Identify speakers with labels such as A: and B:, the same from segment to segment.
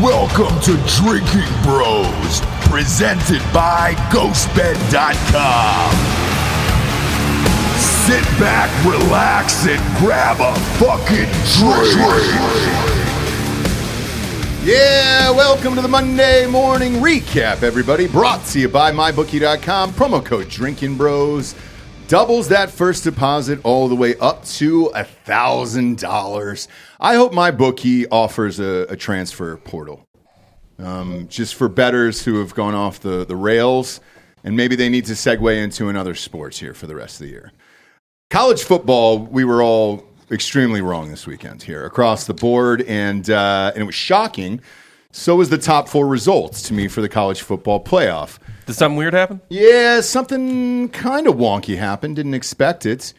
A: Welcome to Drinking Bros, presented by GhostBed.com. Sit back, relax, and grab a fucking drink.
B: Yeah, welcome to the Monday morning recap, everybody. Brought to you by MyBookie.com. Promo code Drinking Bros doubles that first deposit all the way up to a thousand dollars. I hope my bookie offers a, a transfer portal, um, just for betters who have gone off the, the rails, and maybe they need to segue into another sports here for the rest of the year. College football, we were all extremely wrong this weekend here across the board, and uh, and it was shocking. So was the top four results to me for the college football playoff.
C: Did something weird happen?
B: Yeah, something kind of wonky happened. Didn't expect it.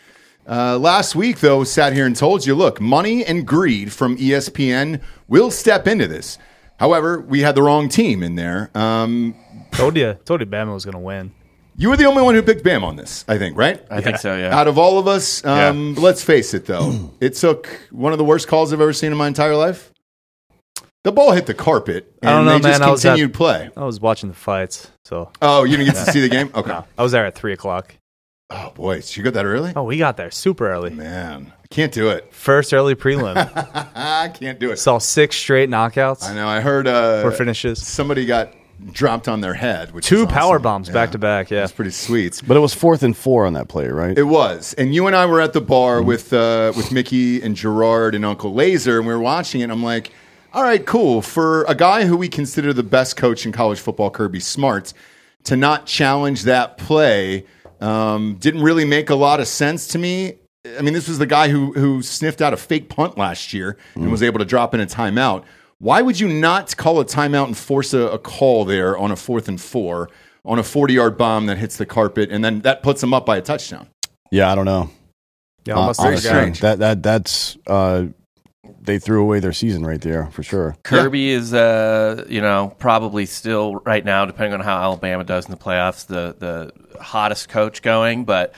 B: Uh, last week, though, sat here and told you look, money and greed from E ESPN will step into this. However, we had the wrong team in there. Um,
D: Told you, told you, Bama was gonna win.
B: you were the only one who picked Bam on this, I think, right?
C: I think so, yeah.
B: Out of all of us, um, let's face it, though, it took one of the worst calls I've ever seen in my entire life. The ball hit the carpet, and
D: I don't know,
B: they just
D: man. I was at-
B: continued play.
D: I was watching the fights, so
B: Oh, you didn't get to see the game? Okay.
D: I was there at three o'clock.
B: Oh, boy. so You got that early?
D: Oh, we got there super early.
B: Man, I can't do it.
D: First early prelim.
B: I can't do it.
D: Saw six straight knockouts
B: I know. I heard uh,
D: or finishes.
B: somebody got dropped on their head. Which
D: Two
B: is awesome.
D: power bombs
B: Yeah.
D: back to back. Yeah,
B: That's pretty sweet.
E: But it was fourth and four on that play, right?
B: It was, and you and I were at the bar with uh, with Mickey and Gerard and Uncle Laser, and we were watching it. And I'm like, all right, cool. For a guy who we consider the best coach in college football, Kirby Smart, to not challenge that play um, didn't really make a lot of sense to me. I mean, this was the guy who who sniffed out a fake punt last year and was able to drop in a timeout. Why would you not call a timeout and force a, a call there on a fourth and four on a 40 yard bomb that hits the carpet and then that puts them up by a touchdown?
E: yeah, I don't know.
D: yeah, almost
E: Uh,
D: there you
E: honestly,
D: go.
B: strange.
E: that that that's uh, they threw away their season right there for sure.
C: Kirby is, uh, you know, probably still right now, depending on how Alabama does in the playoffs, the the hottest coach going. But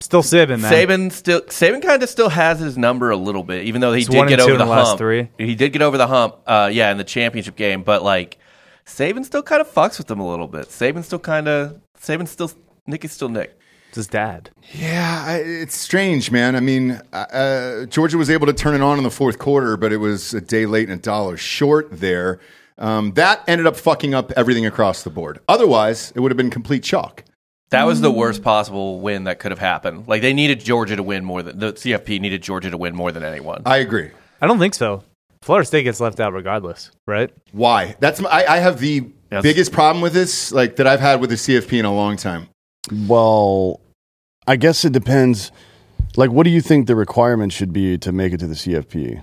D: Still Saban, man.
C: Saban still, Saban kind of still has his number a little bit, even though he
D: He's
C: did
D: one
C: get
D: and
C: over
D: two in
C: the
D: the last
C: hump.
D: three.
C: He did get over the hump, uh, yeah, in the championship game. But like, Saban still kind of fucks with them a little bit. Saban still kind of, Saban still, Nick is still Nick.
D: It's his dad.
B: Yeah, I, it's strange, man. I mean, uh, Georgia was able to turn it on in the fourth quarter, but it was a day late and a dollar short there. Um, that ended up fucking up everything across the board. Otherwise, it would have been complete chalk.
C: That was the
D: Mm.
C: worst possible win that could have happened. Like they needed Georgia to win more than the CFP needed Georgia to win more than anyone.
B: I agree.
D: I don't think so. Florida State gets left out regardless, right?
B: Why? That's my, I, I have the
C: Yes.
B: biggest problem with this, like that I've had with the CFP in a long time.
E: Well, I guess it depends. Like, what do you think the requirements should be to make it to the CFP?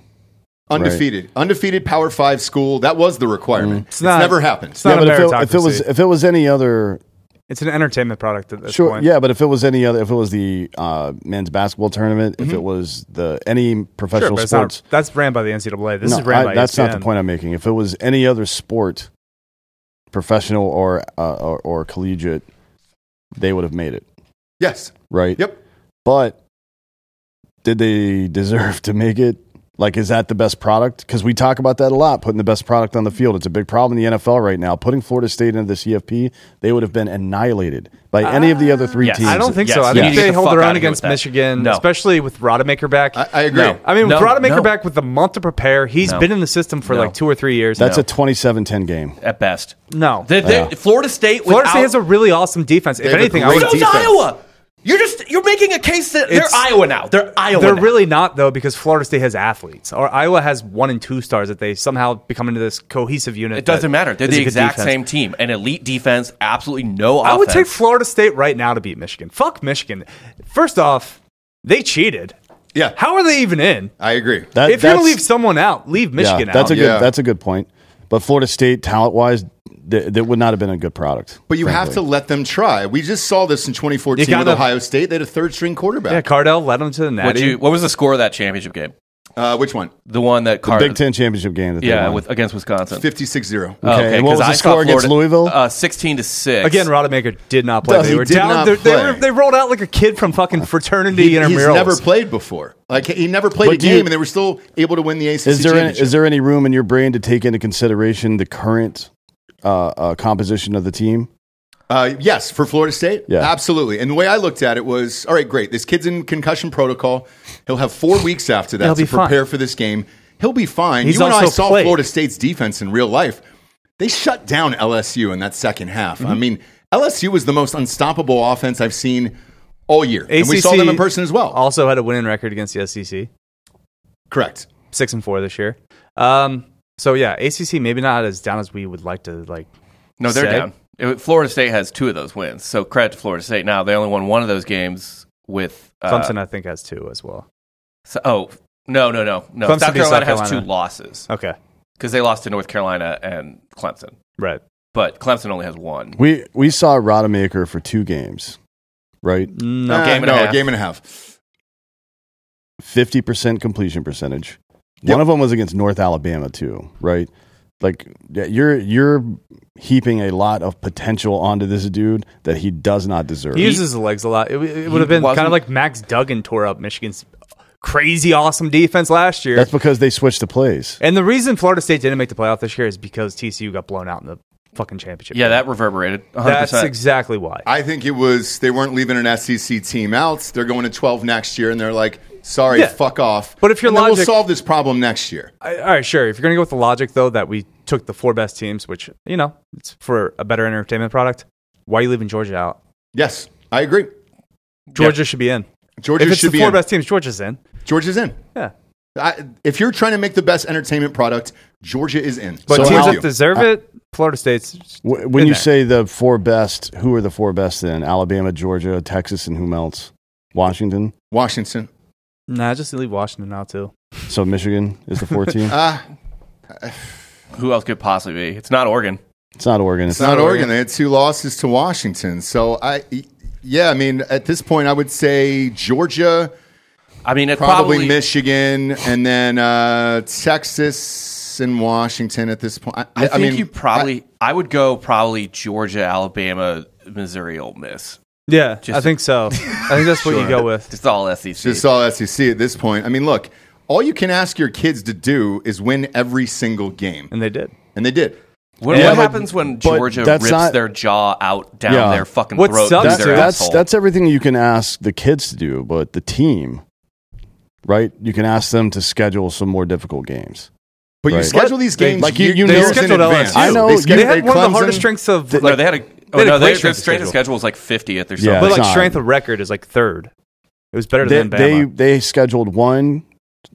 B: Undefeated, undefeated Power Five school. That was the requirement. It's,
D: not-
B: never happened.
D: It's not a
E: but if it,
D: meritocracy.
E: if it was if it was any other,
D: it's an entertainment product at this
E: sure,
D: point.
E: yeah. But if it was any other, if it was the uh, men's basketball tournament, if it was the any
D: Mm-hmm. sure,
E: professional
D: but it's
E: sports,
D: not, that's ran by the NCAA. This
E: No,
D: is ran
E: I-
D: by E
E: that's not the
D: ESPN.
E: point I'm making. If it was any other sport, professional or uh, or, or collegiate, they would have made it,
B: yes.
E: right?
B: Yep.
E: But did they deserve to make it? Like, is that the best product? Because we talk about that a lot, putting the best product on the field. It's a big problem in the NFL right now. Putting Florida State into the CFP, they would have been annihilated by any of the other three
C: yes.
E: teams.
D: I don't think so.
C: Yes,
D: I
C: you
D: think
E: need to
C: get
D: they
C: the
D: hold
C: fuck
D: their
C: outta
D: own
C: here with
D: against
C: that.
D: Michigan,
C: No.
D: especially with Rodemaker back.
B: I- I agree. No.
D: I mean,
C: No,
D: with Rodemaker
C: no.
D: back with the month to prepare, he's
C: No.
D: been in the system for
C: No.
D: like two or three years.
E: That's
C: No.
E: a 27-10 game.
C: at best.
D: No.
C: The, the-
E: Yeah.
C: Florida State.
D: Florida
C: without,
D: State has a really awesome defense. If
B: have a
D: anything, I
B: great
D: would
C: So does
B: defense.
C: Iowa. You're just you're making a case that
D: It's-
C: they're Iowa now. They're Iowa.
D: They're
C: now.
D: really not though, because Florida State has athletes, or Iowa has one and two stars that they somehow become into this cohesive unit.
C: It doesn't
D: that
C: matter. They're
D: is a
C: the
D: good
C: exact
D: defense.
C: same team. An elite defense. Absolutely no offense.
D: I would take Florida State right now to beat Michigan. Fuck Michigan. First off, they cheated.
B: Yeah.
D: How are they even in?
B: I agree.
E: That,
D: if you're gonna
E: that's-
D: leave someone out, leave Michigan
E: yeah,
D: out.
E: that's a good
B: Yeah.
E: that's a good point. But Florida State talent wise, th- that would not have been a good product.
B: But you have to
E: frankly.
B: let them try. We just saw this in 2014
D: You
B: with
D: gotta-
B: Ohio State. They had a third string quarterback.
D: yeah, Cardell led them to the
C: Would
D: natty.
C: you? What was the score of that championship game?
B: Uh, which one?
C: The one that Car-
E: Big Ten championship game. That they
C: yeah,
E: won.
C: with against Wisconsin.
B: 56 0.
C: Oh,
E: Okay, and what
C: 'cause
E: was the
C: I saw
E: score against Louisville?
C: Uh, Sixteen to six.
D: Again, Rodemaker did not play.
E: Does-
D: They
E: he
D: were
B: did not
D: down. They, they,
B: play.
D: were, they rolled out like a kid from fucking fraternity
B: He's
D: intramurals.
B: never played before. Like he never played
E: But
B: a
E: do you-
B: game, and they were still able to win the ACC
E: Is there any,
B: championship.
E: is there any room in your brain to take into consideration the current uh, uh, composition of the team?
B: Uh, yes, for Florida State,
E: Yeah.
B: absolutely. And the way I looked at it was, all right, great. This kid's in concussion protocol. He'll have four weeks after that
D: He'll
B: to
D: be fine.
B: prepare for this game. He'll be fine.
D: He's
B: you and I
D: also
B: saw
D: played.
B: Florida State's defense in real life. They shut down LSU in that second half. I
D: Mm-hmm.
B: mean, LSU was the most unstoppable offense I've seen all year, and we saw
D: ACC
B: them in person as well.
D: Also had a winning record against the SEC,
B: Correct.
D: six and four this year. Um, so yeah, ACC maybe not as down as we would like to like.
C: No, they're
D: Say.
C: down. It- Florida State has two of those wins. So credit to Florida State. Now they only won one of those games with uh,
D: Clemson, I think, has two as well.
C: so- oh no, no, no, no.
D: Clemson
C: South
D: beat South
C: Carolina has two
D: Carolina.
C: losses
D: Okay,
C: because they lost to North Carolina and Clemson.
D: right.
C: But Clemson only has one.
E: We we saw Rodemaker for two games, right?
D: No,
B: Uh,
C: game and a
B: no,
C: half.
B: game and a half.
E: Fifty percent completion percentage.
B: Yep.
E: One of them was against North Alabama too, right? Like yeah, you're you're heaping a lot of potential onto this dude that he does not deserve.
D: he uses the legs a lot. It, w- it would have been kind
C: wasn't-
D: of like Max Duggan tore up Michigan's crazy awesome defense last year.
E: That's because they switched the plays.
D: and the reason Florida State didn't make the playoff this year is because TCU got blown out in the fucking championship.
C: Yeah,
D: game.
C: that reverberated. 100%.
D: that's exactly why.
B: I think it was they weren't leaving an SEC team out. They're going to 12 next year, and they're like, sorry,
D: Yeah.
B: fuck off.
D: But if your
B: and then we'll
D: logic-
B: solve this problem next year.
D: I, all right, sure. If you're gonna go with the logic though that we took the four best teams, which you know it's for a better entertainment product, why are you leaving Georgia out?
B: Yes, I agree.
D: Georgia should be in.
B: Georgia
D: if it's
B: should
D: the
B: be
D: four
B: in.
D: best teams, Georgia's in.
B: Georgia's in.
D: Yeah,
B: I, if you're trying to make the best entertainment product, Georgia is in.
D: but
E: So
D: teams
E: how-
D: that deserve it, Florida State's.
E: Wh- When
D: in
E: you
D: there.
E: say the four best, who are the four best then? Alabama, Georgia, Texas, and whom else? Washington.
B: Washington.
D: Nah, just leave Washington out too.
E: So Michigan is the 14.
B: Ah,
C: Who else could possibly be? It's not Oregon.
E: it's not Oregon. It's,
B: it's not Oregon. They had two losses to Washington. So I, yeah, I mean, at this point, I would say Georgia,
C: I mean, it
B: probably,
C: probably,
B: Michigan, and then uh, Texas and Washington. At this point, I,
C: I, think
B: mean,
C: you probably. I, would go probably Georgia, Alabama, Missouri, Ole Miss.
D: Yeah,
C: Just-
D: I think so. I think that's what you go with.
C: It's all E SEC.
B: Just all SEC at this point. I mean, look, all you can ask your kids to do is win every single game,
D: And they did.
B: and they did.
C: What,
E: Yeah,
C: what
E: but-
C: happens when
E: but
C: Georgia
E: that's
C: rips
E: not-
C: their jaw out down
E: Yeah.
C: their fucking
D: What
C: throat?
D: sucks
C: through
E: that's,
C: their
E: that's,
C: asshole?
E: that's everything you can ask the kids to do, but the team, right? You can ask them to schedule some more difficult games.
B: But you
E: Right.
B: schedule these
D: They-
B: games
E: like, you-
B: year-
E: you
B: years
E: know-
B: in
D: scheduled
B: advance.
D: LSU.
E: I know-
B: They scheduled-
D: they had one of the
B: Clemson-
D: hardest strengths of like,
C: no, they had a. Oh,
D: had a
C: no,
D: great
C: they, their
D: strength of
C: strength of
D: schedule.
C: schedule was like 50th or something.
E: Yeah,
D: but
E: it's
D: like
E: not-
D: strength of record is like third. It was better
E: They,
D: than
E: they,
D: Bama.
E: they scheduled one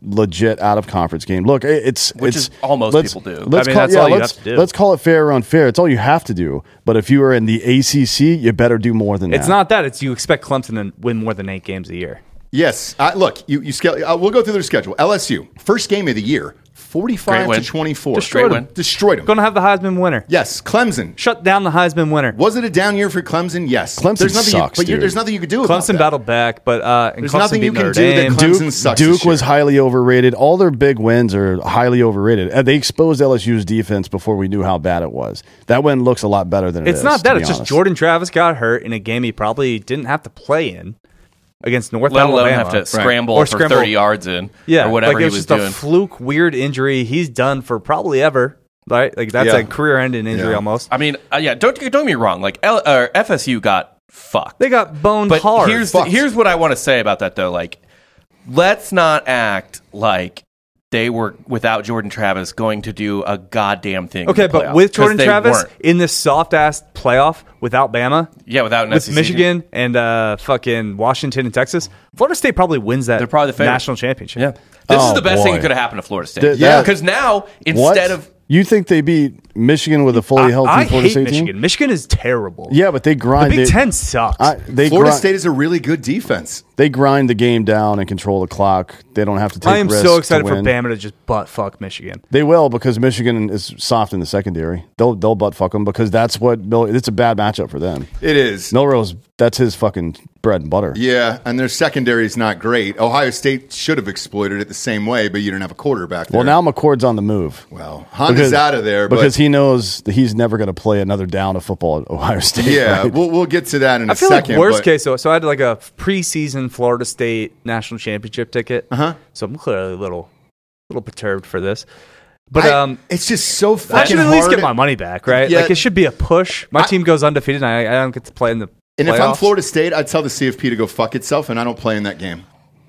E: legit out of conference game. Look, it- it's
C: Which
E: it's-
C: is almost
E: let's-
C: people do.
E: Let's
D: I mean,
E: call,
D: that's
E: yeah,
D: all you
E: let's,
D: have to do.
E: let's call it fair or unfair. It's all you have to do. But if you are in the ACC, you better do more than
D: It's
E: that.
D: not that. It's you expect Clemson to win more than eight games a year.
B: Yes. I, look, you, you scale, uh, we'll go through their schedule. LSU, first game of the year, 45
C: Great
B: to
C: win.
B: 24.
C: Destroyed Great 'em. win.
B: Destroyed them.
D: Going to have the Heisman winner.
B: Yes. Clemson.
D: Shut down the Heisman winner.
B: Was it a down year for Clemson? Yes.
E: Clemson
B: there's nothing
E: sucks,
B: you, but you-
E: dude.
B: there's nothing you could do about
D: Clemson
B: that.
D: battled back, but uh, and
B: There's
D: Clemson
B: nothing
D: beat
B: you can
D: Notre
B: do that
D: Dame.
B: Clemson-
E: Duke,
B: sucks this
E: Duke was
B: year.
E: highly overrated. All their big wins are highly overrated. Uh, They exposed LSU's defense before we knew how bad it was. That win looks a lot better than it
D: it's
E: is,
D: not that.
E: to be
D: It's just
E: honest.
D: Jordan Travis got hurt in a game he probably didn't have to play in against North
C: Let alone
D: Alabama.
C: have to scramble
D: Or
C: for
D: scramble.
C: 30 yards in
D: yeah,
C: or whatever
D: like it was,
C: he was
D: just
C: doing.
D: a fluke, weird injury. He's done for probably ever. Right, like that's
B: Yeah.
D: a career-ending injury
B: Yeah.
D: almost.
C: I mean, uh, yeah, don't, don't get me wrong. Like, L, or FSU got fucked.
D: They got boned
C: But
D: hard.
C: here's
B: Fucked.
C: here's what I want to say about that though. Like, let's not act like they were without Jordan Travis going to do a goddamn thing. in
D: okay,
C: the
D: but
C: playoff,
D: with
C: 'cause
D: Jordan
C: they
D: Travis
C: weren't.
D: in this soft-ass playoff without Bama,
C: yeah, without an
D: with
C: SEC
D: Michigan and uh, fucking Washington and Texas, Florida State probably wins that.
C: They're probably the favorite.
D: national championship.
C: yeah, this
E: Oh,
C: is the best thing
E: boy.
C: that could have happened to Florida State.
E: Th-
B: Yeah. that-
C: because now
E: What?
C: instead of
E: you think they beat Michigan with a fully healthy
D: I, I
E: Florida
D: hate
E: State
D: Michigan.
E: team.
D: Michigan is terrible.
E: Yeah, but they
D: the
E: grind.
D: Big
E: they,
D: Ten sucks.
E: I, they
B: Florida
E: grind,
B: State is a really good defense.
E: They grind the game down and control the clock. They don't have to take.
D: I am
E: risks
D: so
E: to
D: excited for
E: win.
D: Bama to just butt fuck Michigan.
E: They will because Michigan is soft in the secondary. They'll they'll butt fuck them because that's what Mil- it's a bad matchup for them.
B: It is.
E: Milrose, that's his fucking bread and butter.
B: Yeah, and their secondary is not great. Ohio State should have exploited it the same way, but you didn't have a quarterback there.
E: Well, now McCord's on the move.
B: well, Honda's out of there. But,
E: because he knows that he's never going to play another down of football at Ohio State.
B: yeah,
E: right?
B: we'll, we'll get to that in a
D: I feel
B: second.
D: like worst
B: but-
D: case. So, so I had like a preseason Florida State national championship ticket.
B: Uh-huh.
D: Uh huh. So I'm clearly a little, little perturbed for this. But
B: I-
D: um,
B: it's just so
D: I
B: fucking
D: should at least
B: hard.
D: get my money back, right?
B: Yeah.
D: Like it should be a push. My
B: I-
D: team goes undefeated, and I, I don't get to play in the.
B: and if I'm
D: playoffs.
B: Florida State, I tell the CFP to go fuck itself, and I don't play in that game.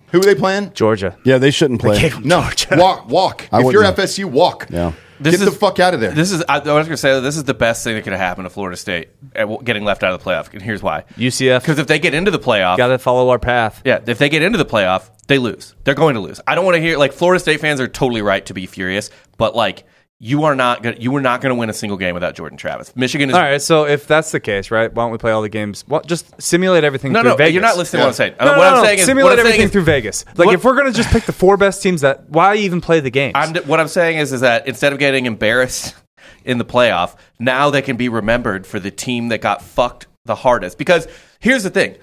B: Who are they playing?
D: Georgia,
E: yeah, they shouldn't play.
D: Gave 'em
B: No,
D: Georgia.
B: walk, walk.
E: I
B: if you're
E: wouldn't.
B: FSU, walk.
E: Yeah.
B: Get
C: This
B: the
C: is-
B: fuck out of there.
C: This is I, I was gonna say that this is the best thing that could happen to Florida State at w- getting left out of the playoff, and here's why. Because
D: UCF,
C: if they get into the playoff,
D: got to follow our path.
C: yeah, if they get into the playoff, they lose. They're going to lose. I don't want to hear like Florida State fans are totally right to be furious, but like you are not gonna, you were not going to win a single game without Jordan Travis. Michigan is
D: All right, so if that's the case, right? Why don't we play all the games? Well, just simulate everything.
C: No,
D: through
C: no,
D: Vegas.
C: you're not listening to what I'm saying.
D: No,
C: what
D: no,
C: I'm
D: no.
C: saying is
D: simulate
C: what I'm saying
D: everything
C: is-
D: through Vegas. Like
C: What-
D: if we're gonna just pick the four best teams, that why even play the games?
C: I'm, what I'm saying is, is that instead of getting embarrassed in the playoff, now they can be remembered for the team that got fucked the hardest. Because here's the thing.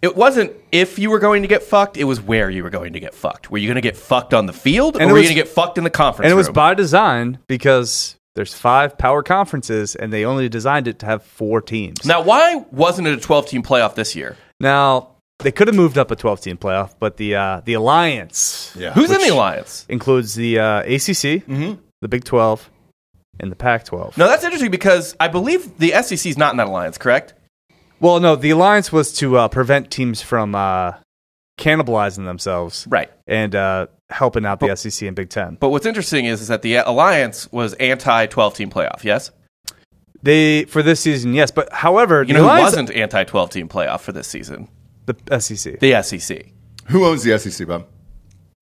C: It wasn't if you were going to get fucked, it was where you were going to get fucked. Were you going to get fucked on the field
D: And
C: or
D: it
C: were you
D: was-
C: going to get fucked in the conference?
D: and it was
C: room?
D: by design because there's five power conferences, and they only designed it to have four teams.
C: Now, why wasn't it a 12 team playoff this year?
D: Now they could have moved up a 12 team playoff, but the uh, the alliance
B: Yeah.
C: Who's in
D: Which-
C: the alliance?
D: includes the uh, ACC,
C: Mm-hmm.
D: the Big 12, and the Pac 12.
C: No, that's interesting because I believe the SEC is not in that alliance, correct?
D: Well, no, the alliance was to uh, prevent teams from uh, cannibalizing themselves,
C: Right.
D: and uh, helping out the SEC and Big 10.
C: But what's interesting is, is that the alliance was anti 12 team playoff, yes?
D: They for this season, yes, but however,
C: You
D: the
C: know who
D: alliance,
C: wasn't anti 12 team playoff for this season?
D: the E SEC,
C: The E SEC.
B: Who owns the SEC, Bob?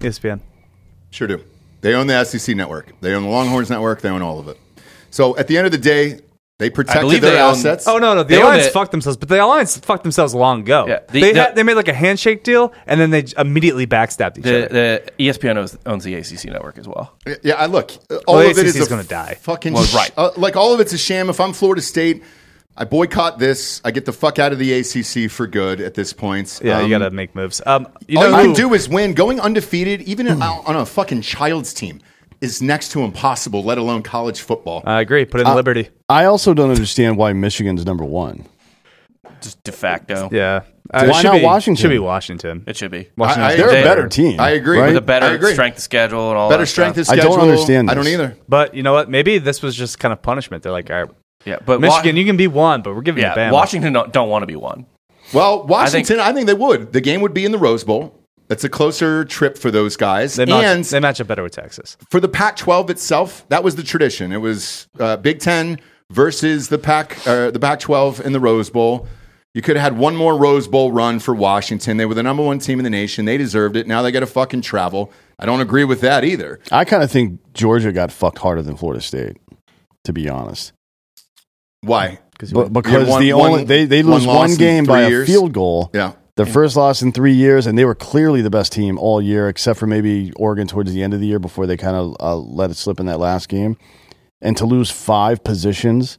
D: ESPN.
B: Sure do. They own the SEC network. They own the Longhorns network. They own all of it. So at the end of the day, they protected
C: believe
B: their
C: they own-
B: assets.
D: Oh no, no, the
C: They own
D: alliance
C: it.
D: fucked themselves, but the alliance fucked themselves long ago.
C: Yeah, the-
D: they
C: the-
D: had, they made like a handshake deal, and then they j- immediately backstabbed each other.
C: The, the ESPN owns, owns the ACC network as well.
B: Yeah, I look. uh, All
D: Well,
B: of it
D: ACC
B: is
D: 's
B: a
D: gonna die.
B: Fucking
C: Well,
B: sh-
C: right.
B: uh, like all of it's a sham. If I'm Florida State, I boycott this. I get the fuck out of the ACC for good at this point.
D: Yeah,
B: Um,
D: you gotta make moves. Um, you
B: all
D: know,
B: you
D: who-
B: can do is win. Going undefeated, even in- on a fucking child's team, is next to impossible. Let alone college football.
D: I agree. Put in
C: Uh,
D: Liberty.
E: I also don't understand why Michigan's number one.
C: Just de facto.
D: Yeah. Uh,
E: Why
D: it
E: not
D: be,
E: Washington?
D: Should be Washington.
C: It should be.
D: Washington
B: I- I-
D: has-
E: They're a
C: They-
E: better team.
B: I agree.
E: right?
C: With a
B: I
C: better
B: agree.
C: strength of schedule and all
B: Better
C: that
B: strength
C: stuff.
B: is.
E: I don't
B: schedule.
E: understand
B: I don't
E: this.
B: either.
D: but you know what? Maybe this was just kind of punishment. They're like, all right,
C: yeah, but
D: Michigan,
C: Wa-
D: you can be one, but we're giving
C: yeah,
D: you Bama.
C: Washington don't, don't want to be one.
B: Well,
C: think-
B: Washington, I think, they would. The game would be in the Rose Bowl. That's a closer trip for those guys.
D: They match,
B: and
D: they match up better with Texas.
B: for the Pac 12 itself, that was the tradition. It was uh, Big Ten versus the Pac, uh, the Pac 12 in the Rose Bowl. You could have had one more Rose Bowl run for Washington. They were the number one team in the nation. They deserved it. Now they got to fucking travel. I don't agree with that either.
E: I kind of think Georgia got fucked harder than Florida State, to be honest.
B: Why?
E: But because
B: one-
E: the only
B: one-
E: they, they
B: one
E: lose
B: loss
E: one,
B: in
E: game
B: three
E: by
B: years.
E: a field goal.
B: Yeah.
E: Their first loss in three years, and they were clearly the best team all year, except for maybe Oregon towards the end of the year before they kind of uh, let it slip in that last game. And to lose five positions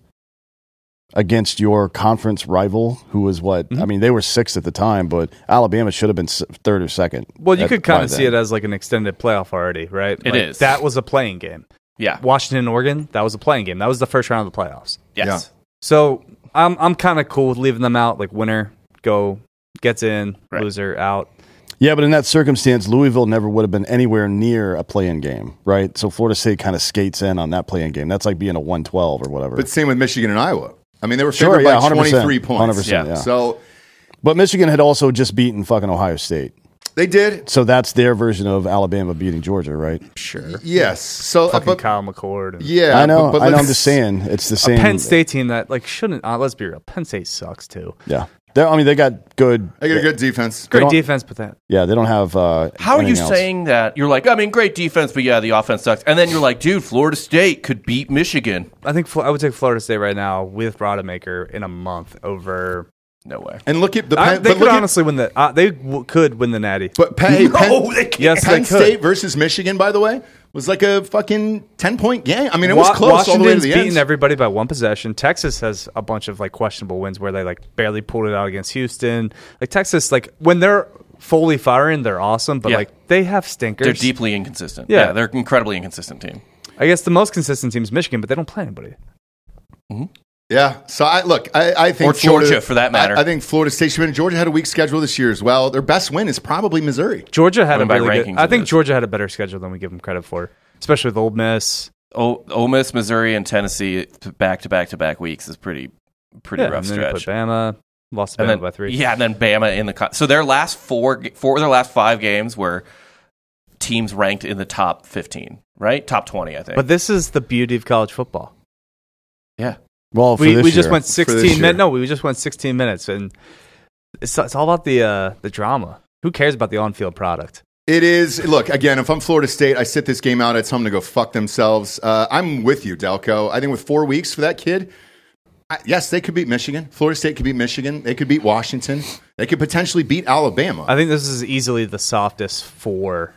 E: against your conference rival, who was what?
B: Mm-hmm.
E: I mean, they were sixth at the time, but Alabama should have been s- third or second.
D: Well, you
E: at-
D: could kind
E: by
D: of see
E: then.
D: it as like an extended playoff already, right? It is.
C: is.
D: That was a playing game.
C: Yeah.
D: Washington, and Oregon, that was a playing game. That was the first round of the playoffs.
C: Yes.
D: So I'm I'm kind of cool with leaving them out. Like winner go gets in,
C: Right.
D: loser out.
E: Yeah, but in that circumstance, Louisville never would have been anywhere near a play-in game, right? So Florida State kind of skates in on that play-in game. That's like being a one-twelve or whatever.
B: But same with Michigan and Iowa. I mean, they were
E: Sure,
B: favored
E: yeah,
B: by
E: 100%,
B: 23 points.
E: 100%, yeah.
B: So
E: But Michigan had also just beaten fucking Ohio State.
B: they did.
E: So that's their version of Alabama beating Georgia, right?
D: Sure.
B: Yes. So,
D: Fucking
B: but,
D: Kyle McCord. And
B: yeah.
E: I know.
B: But, but
E: I know. I'm
B: let's-
E: just saying it's the
D: a
E: same.
D: Penn State team that like shouldn't. Uh, let's be real. Penn State sucks too.
E: Yeah. They're, I mean, they got good.
B: They got a good defense.
D: Great
E: don't-
D: defense, but that
E: Yeah, they don't have. Uh,
C: How are you
E: anything else.
C: saying that? You're like, I mean, great defense, but yeah, the offense sucks. And then you're like, dude, Florida State could beat Michigan.
D: I think Fl- I would take Florida State right now with Rodemaker in a month over.
C: No way.
B: And look at the
D: I,
B: Penn,
D: they
B: but
D: could
B: look at-
D: honestly win the. Uh, they w- could win the Natty.
B: but Penn, hey, Penn,
C: No, they can't.
D: Yes,
B: Penn
D: they could.
B: State versus Michigan, by the way, was like a fucking ten point game. I mean, it was
D: Wa-
B: close all the way to
D: Washington's
B: the
D: beaten
B: end.
D: everybody by one possession. Texas has a bunch of like questionable wins where they like barely pulled it out against Houston. Like Texas, like when they're fully firing, they're awesome, but
C: Yeah.
D: like they have stinkers.
C: They're deeply inconsistent.
D: Yeah.
C: they're an incredibly inconsistent team.
D: I guess the most consistent team is Michigan, but they don't play anybody.
B: yeah. So I look, I, I think
C: Or Georgia, for that matter.
B: I, I think Florida State should win. Georgia had a weak schedule this year as well. Their best win is probably Missouri.
D: Georgia had
C: I mean,
D: a
C: by
D: really good,
C: rankings
D: I
C: it
D: think
C: is.
D: Georgia had a better schedule than we give them credit for, especially with Ole Miss.
C: O- Ole Miss, Missouri, and Tennessee back to back to back weeks is pretty pretty rough
D: and then you
C: stretch.
D: put Bama, lost to Bama
C: and then
D: by three.
C: yeah, and then Bama in the co- so their last four ga- four of their last five games were teams ranked in the top fifteen, right? Top twenty, I think.
D: But this is the beauty of college football.
C: yeah,
E: Well, for
D: we
E: this
D: we just
E: year.
D: went
B: this
D: 16
B: year.
D: minutes. No, we just went 16 minutes, and it's, it's all about the uh, the drama. Who cares about the on field product?
B: It is. Look, again, if I'm Florida State, I sit this game out. I tell them to go fuck themselves. Uh, I'm with you, Delco. I think with four weeks for that kid, I, yes, they could beat Michigan. Florida State could beat Michigan. They could beat Washington. They could potentially beat Alabama.
D: I think this is easily the softest four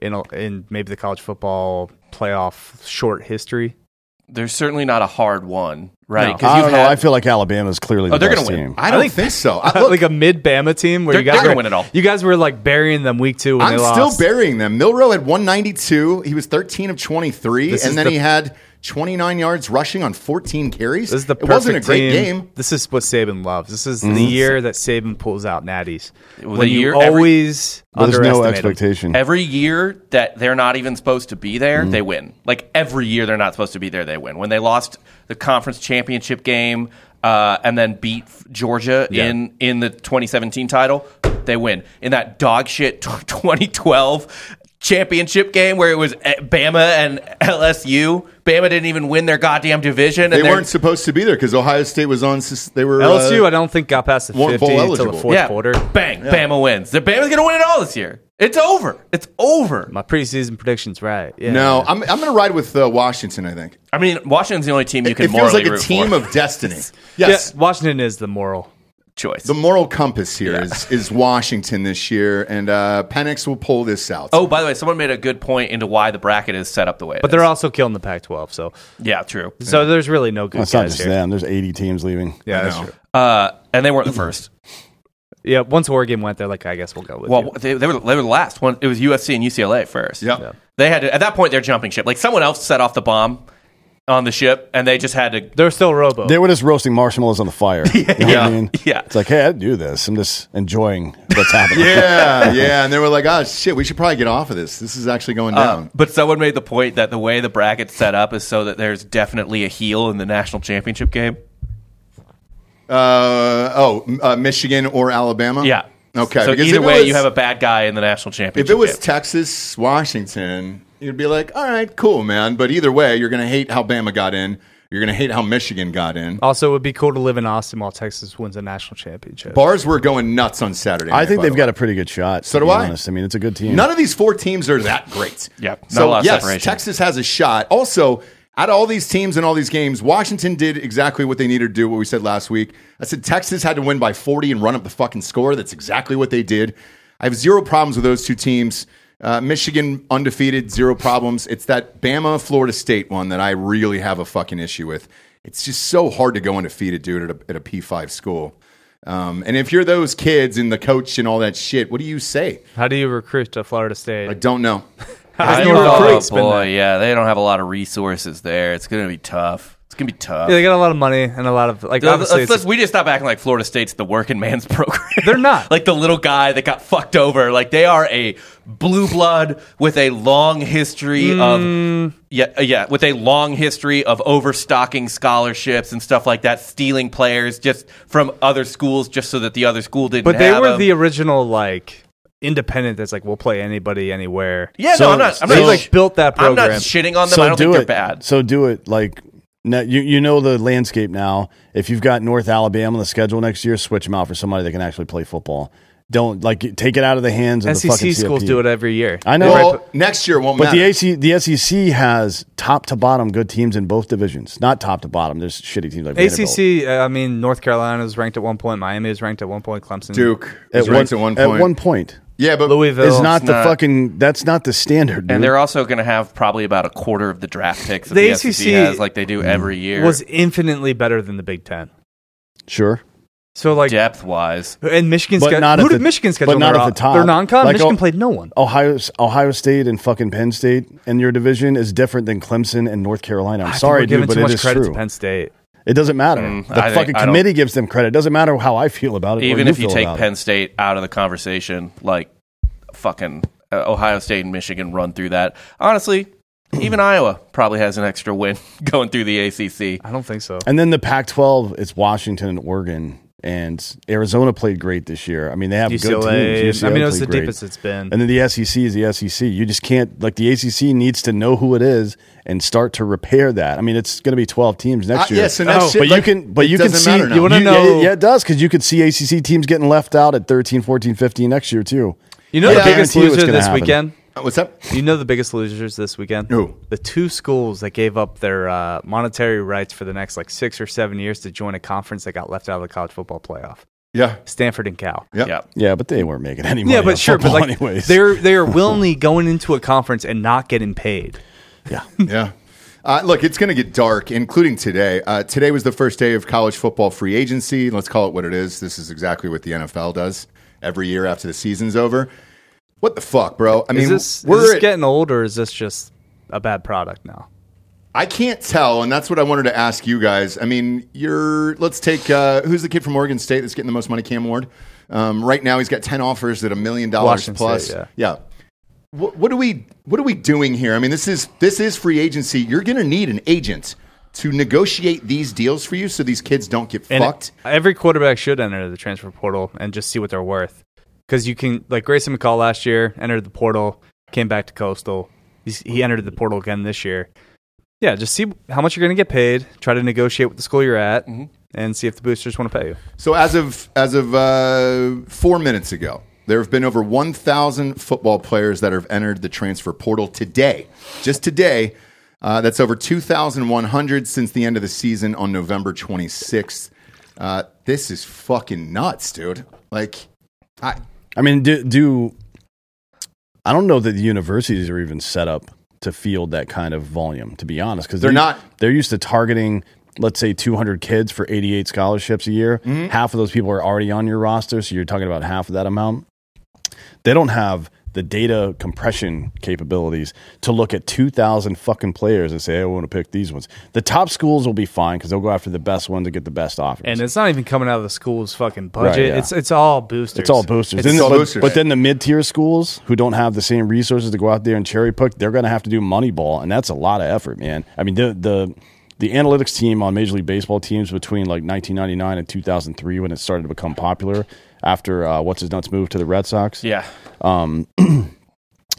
D: in a, in maybe the college football playoff short history.
C: there's certainly not a hard one, right?
D: No.
C: 'Cause
E: I
C: you've
E: don't know.
C: had- Oh,
E: I feel like Alabama's clearly the
C: they're
E: best
C: gonna win.
E: team.
B: I don't
D: I
B: think,
D: think-
B: so. I, look,
D: like a mid Bama team where you
C: They're-
D: guys
C: they're
D: were
C: gonna win it all.
D: You guys were like burying them week two when
B: I'm
D: they lost.
B: still burying them. Milrow had 192. He was 13 of 23,
D: This
B: and
D: is
B: then
D: the-
B: he had 29 yards rushing on 14 carries.
D: This is the
B: it wasn't a
D: perfect
B: great
D: team.
B: game.
D: This is what Saban loves. This is
E: Mm-hmm.
D: the year that Saban pulls out natties.
C: Well,
D: when
C: the
D: you
C: year every-
D: always
E: But there's no
D: underestimate 'em.
E: expectation.
C: Every year that they're not even supposed to be there,
B: Mm-hmm.
C: they win. Like every year they're not supposed to be there, they win. When they lost the conference championship game uh, and then beat Georgia in in the 2017 title, they win. In that dog shit 2012 championship game where it was eh, Bama and LSU, Bama didn't even win their goddamn division. And
B: They
C: they're-
B: weren't supposed to be there because Ohio State was on. sus- They were
D: LSU,
B: uh,
D: I don't think got past the
B: weren't
D: 50
B: bowl
D: until
B: eligible.
D: the fourth
C: yeah,
D: quarter.
C: Bang, Bama wins. The Bama's gonna win it all this year. It's over. It's over.
D: My preseason prediction's right. Yeah.
B: No, I'm, I'm going to ride with uh, Washington. I think
C: I mean, Washington's the only team you can
B: it feels
C: morally
B: like a
C: root
B: team
C: for.
B: of destiny.
D: Yeah,
B: Yes,
D: Washington is the moral.
C: choice.
B: the moral compass here is is Washington this year, and uh, Penix will pull this out.
C: Oh, by the way, someone made a good point into why the bracket is set up the way. it
D: But they're Mm-hmm.
C: is.
D: also killing the Pac-12, so
C: yeah, true.
D: so there's really no good
E: It's not
D: guys
E: just
D: here.
E: them. There's 80 teams leaving.
D: Yeah, that's
B: know.
D: true.
C: Uh, and they weren't
D: Mm-hmm.
C: the first.
D: Yeah, once Oregon went there, like I guess we'll go with.
C: Well,
D: you.
C: they, they were they were the last one. It was USC and UCLA first.
B: Yep.
C: They had to, at that point they're jumping ship. Like someone else set off the bomb on the ship, and they just had to.
D: they're still Robo.
E: They were just roasting marshmallows on the fire. You know what I mean?
C: Yeah.
E: It's like, hey, I do this. I'm just enjoying what's happening.
B: Yeah, yeah, and they were like, "Oh shit, we should probably get off of this. This is actually going
D: Uh,
B: down."
C: But someone made the point that the way the bracket's set up is so that there's definitely a heel in the national championship game.
B: Uh, oh, m- uh, Michigan or Alabama?
C: Yeah.
B: Okay.
C: So
B: because
C: either
B: if it
C: way,
B: was-
C: you have a bad guy in the national
B: If
C: championship.
B: it was
C: game.
B: Texas, Washington, you'd be like, all right, cool, man. But either way, you're going to hate how Bama got in. You're going to hate how Michigan got in.
C: Oh.
D: also, it would be cool to live in Austin while Texas wins a national championship.
B: Bars were going nuts on Saturday.
E: I
B: night,
E: think
B: by
E: they've
B: the
E: got
B: way.
E: a pretty good shot.
B: So
E: to
B: do
E: be
B: I.
E: honest. I mean, it's a good team.
B: None of these four teams are that great.
C: Yeah, not
B: So,
C: a lot of
B: yes,
C: separation.
B: Texas has a shot. Also, out of all these teams and all these games, Washington did exactly what they needed to do, what we said last week. I said Texas had to win by 40 and run up the fucking score. That's exactly what they did. I have zero problems with those two teams. Uh, Michigan undefeated, zero problems. It's that Bama Florida State one that I really have a fucking issue with. It's just so hard to go undefeated, dude, at a, at a P5 school. Um, and if you're those kids and the coach and all that shit, what do you say?
D: How do you recruit to Florida State?
B: I don't know.
D: How do you
C: Oh
D: recruit?
C: boy, yeah, they don't have a lot of resources there. It's gonna be tough. It's gonna be tough.
D: Yeah, they got a lot of money and a lot of like.
C: Let's-
D: obviously,
C: let's-
D: it's-
C: we just stop acting like Florida State's the working man's program.
D: They're not.
C: like the little guy that got fucked over. Like they are a blue blood with a long history
D: Mm.
C: of yeah, uh, yeah, with a long history of overstocking scholarships and stuff like that, stealing players just from other schools just so that the other school didn't.
D: but they
C: have
D: were
C: them.
D: the original like independent. That's like we'll play anybody anywhere.
C: yeah.
E: So-
C: no, I'm not. I'm not
E: so-
D: They like built that
C: I'm not
D: program.
C: shitting on them. I don't think
E: it.
C: they're bad.
E: So do it like Now, you, you know the landscape now. If you've got North Alabama on the schedule next year, switch them out for somebody that can actually play football. Don't like take it out of the hands of the fucking
D: SEC E schools
E: CFP.
D: do it every year.
E: I know.
B: Well, next year won't
E: But
B: matter.
E: the AC, the SEC has top to bottom good teams in both divisions. Not top to bottom. There's shitty teams like Vanderbilt.
D: ACC. uh, I mean, North Carolina was ranked at one point. Miami was ranked at one point. Clemson.
B: Duke was ranked at one point.
E: At one point,
B: yeah, but
D: Louisville
E: is not the
C: not-
E: fucking. That's not the standard. Dude.
C: And they're also going to have probably about a quarter of the draft picks that
D: The
C: the, SEC,
D: ACC
C: has, like they do every year,
D: was infinitely better than the Big Ten.
E: sure,
D: So like,
C: depth wise.
D: and Michigan's
E: But
D: got-
E: not
D: who
E: at
D: did
E: the-
D: Michigan
E: but
D: schedule?
E: not
D: their-
E: at the top.
D: Their non-con.
E: Like,
D: Michigan
E: oh-
D: played no one.
E: Ohio Ohio State and fucking Penn State in your division is different than Clemson and North Carolina. I'm
D: I think
E: sorry,
D: Ah, we're giving
E: dude, but
D: too
E: it
D: much
E: is
D: credit
E: true.
D: to Penn State.
E: It doesn't matter.
C: Mm,
E: the
C: I think-
E: fucking
C: I don't-
E: committee gives them credit. It doesn't matter how I feel about it. or
C: Even if you
E: feel
C: take
E: about it.
C: Penn State out of the conversation, like fucking uh, Ohio State and Michigan run through that. Honestly, even Iowa probably has an extra win going through the ACC.
D: I don't think so.
E: And then the Pac-12, it's Washington and Oregon, and Arizona played great this year. I mean, they have
D: UCLA.
E: good teams.
D: I
E: UCLA
D: mean, it was the
E: played great.
D: deepest it's been.
E: And then the SEC is the SEC. You just can't like the ACC needs to know who it is and start to repair that. I mean, it's going to be twelve teams next
B: Uh,
E: year.
B: yeah, so next year,
E: but you
B: like,
E: can, but
B: it
E: you can
B: doesn't
E: see.
B: matter now.
D: Oh. You wanna
E: yeah,
D: know-
E: Yeah, it does because you could see ACC teams getting left out at 13, 14, 15 next year too.
D: you know
B: Yeah,
D: the biggest
E: guarantee you it's
D: loser
E: gonna
D: this
E: happen.
D: weekend.
B: uh, what's up?
D: You know the biggest losers this weekend?
B: Who?
D: The two schools that gave up their uh, monetary rights for the next like six or seven years to join a conference that got left out of the college football playoff
B: Yeah,
D: Stanford and Cal.
B: yeah.
C: Yeah.
E: Yeah, but they weren't making any money.
D: Yeah, but
E: on
D: sure, but
E: football
D: like
E: anyways.
D: they're they are willingly going into a conference and not getting paid.
B: yeah. Uh, look, it's going to get dark, including today. Uh, today was the first day of college football free agency. Let's call it what it is. This is exactly what the NFL does every year after the season's over. What the fuck, bro? I mean,
D: Is this,
B: we're
D: is this
B: at-
D: getting old or is this just a bad product now?
B: I can't tell, and that's what I wanted to ask you guys. I mean, you're. Let's take uh, who's the kid from Oregon State that's getting the most money? Cam Ward. Um, right now, he's got ten offers at a million dollars
D: Washington
B: plus.
D: State,
B: yeah. What, what are we? What are we doing here? I mean, this is this is free agency. You're going to need an agent to negotiate these deals for you, so these kids don't get
D: And
B: fucked.
D: Every quarterback should enter the transfer portal and just see what they're worth. Because you can, like Grayson McCall last year, entered the portal, came back to Coastal. He's, he entered the portal again this year. Yeah, just see how much you're going to get paid. Try to negotiate with the school you're at and see if the boosters want to pay you.
B: So as of as of uh, four minutes ago, there have been over 1,000 football players that have entered the transfer portal today, just today. Uh, that's over 2,100 since the end of the season on November 26th. Uh, this is fucking nuts, dude. Like, I,
E: I mean, do, do I don't know that the universities are even set up to field that kind of volume, to be honest, because
B: They're not.
E: They're used to targeting, let's say, 200 kids for 88 scholarships a year.
B: Mm-hmm.
E: Half of those people are already on your roster, so you're talking about half of that amount. They don't have the data compression capabilities to look at 2,000 fucking players and say, "Hey, I want to pick these ones." The top schools will be fine because they'll go after the best ones to get the best offers.
D: And it's not even coming out of the school's fucking budget.
E: Right, yeah.
D: It's it's all boosters.
E: It's all boosters.
D: It's
E: Then-
B: all
E: but,
B: boosters.
E: but then the mid tier schools who don't have the same resources to go out there and cherry pick, they're going to have to do money ball, and that's a lot of effort, man. I mean, the the the analytics team on Major League Baseball teams between like 1999 and 2003, when it started to become popular after uh, what's his nuts moved to the Red Sox,
C: Yeah.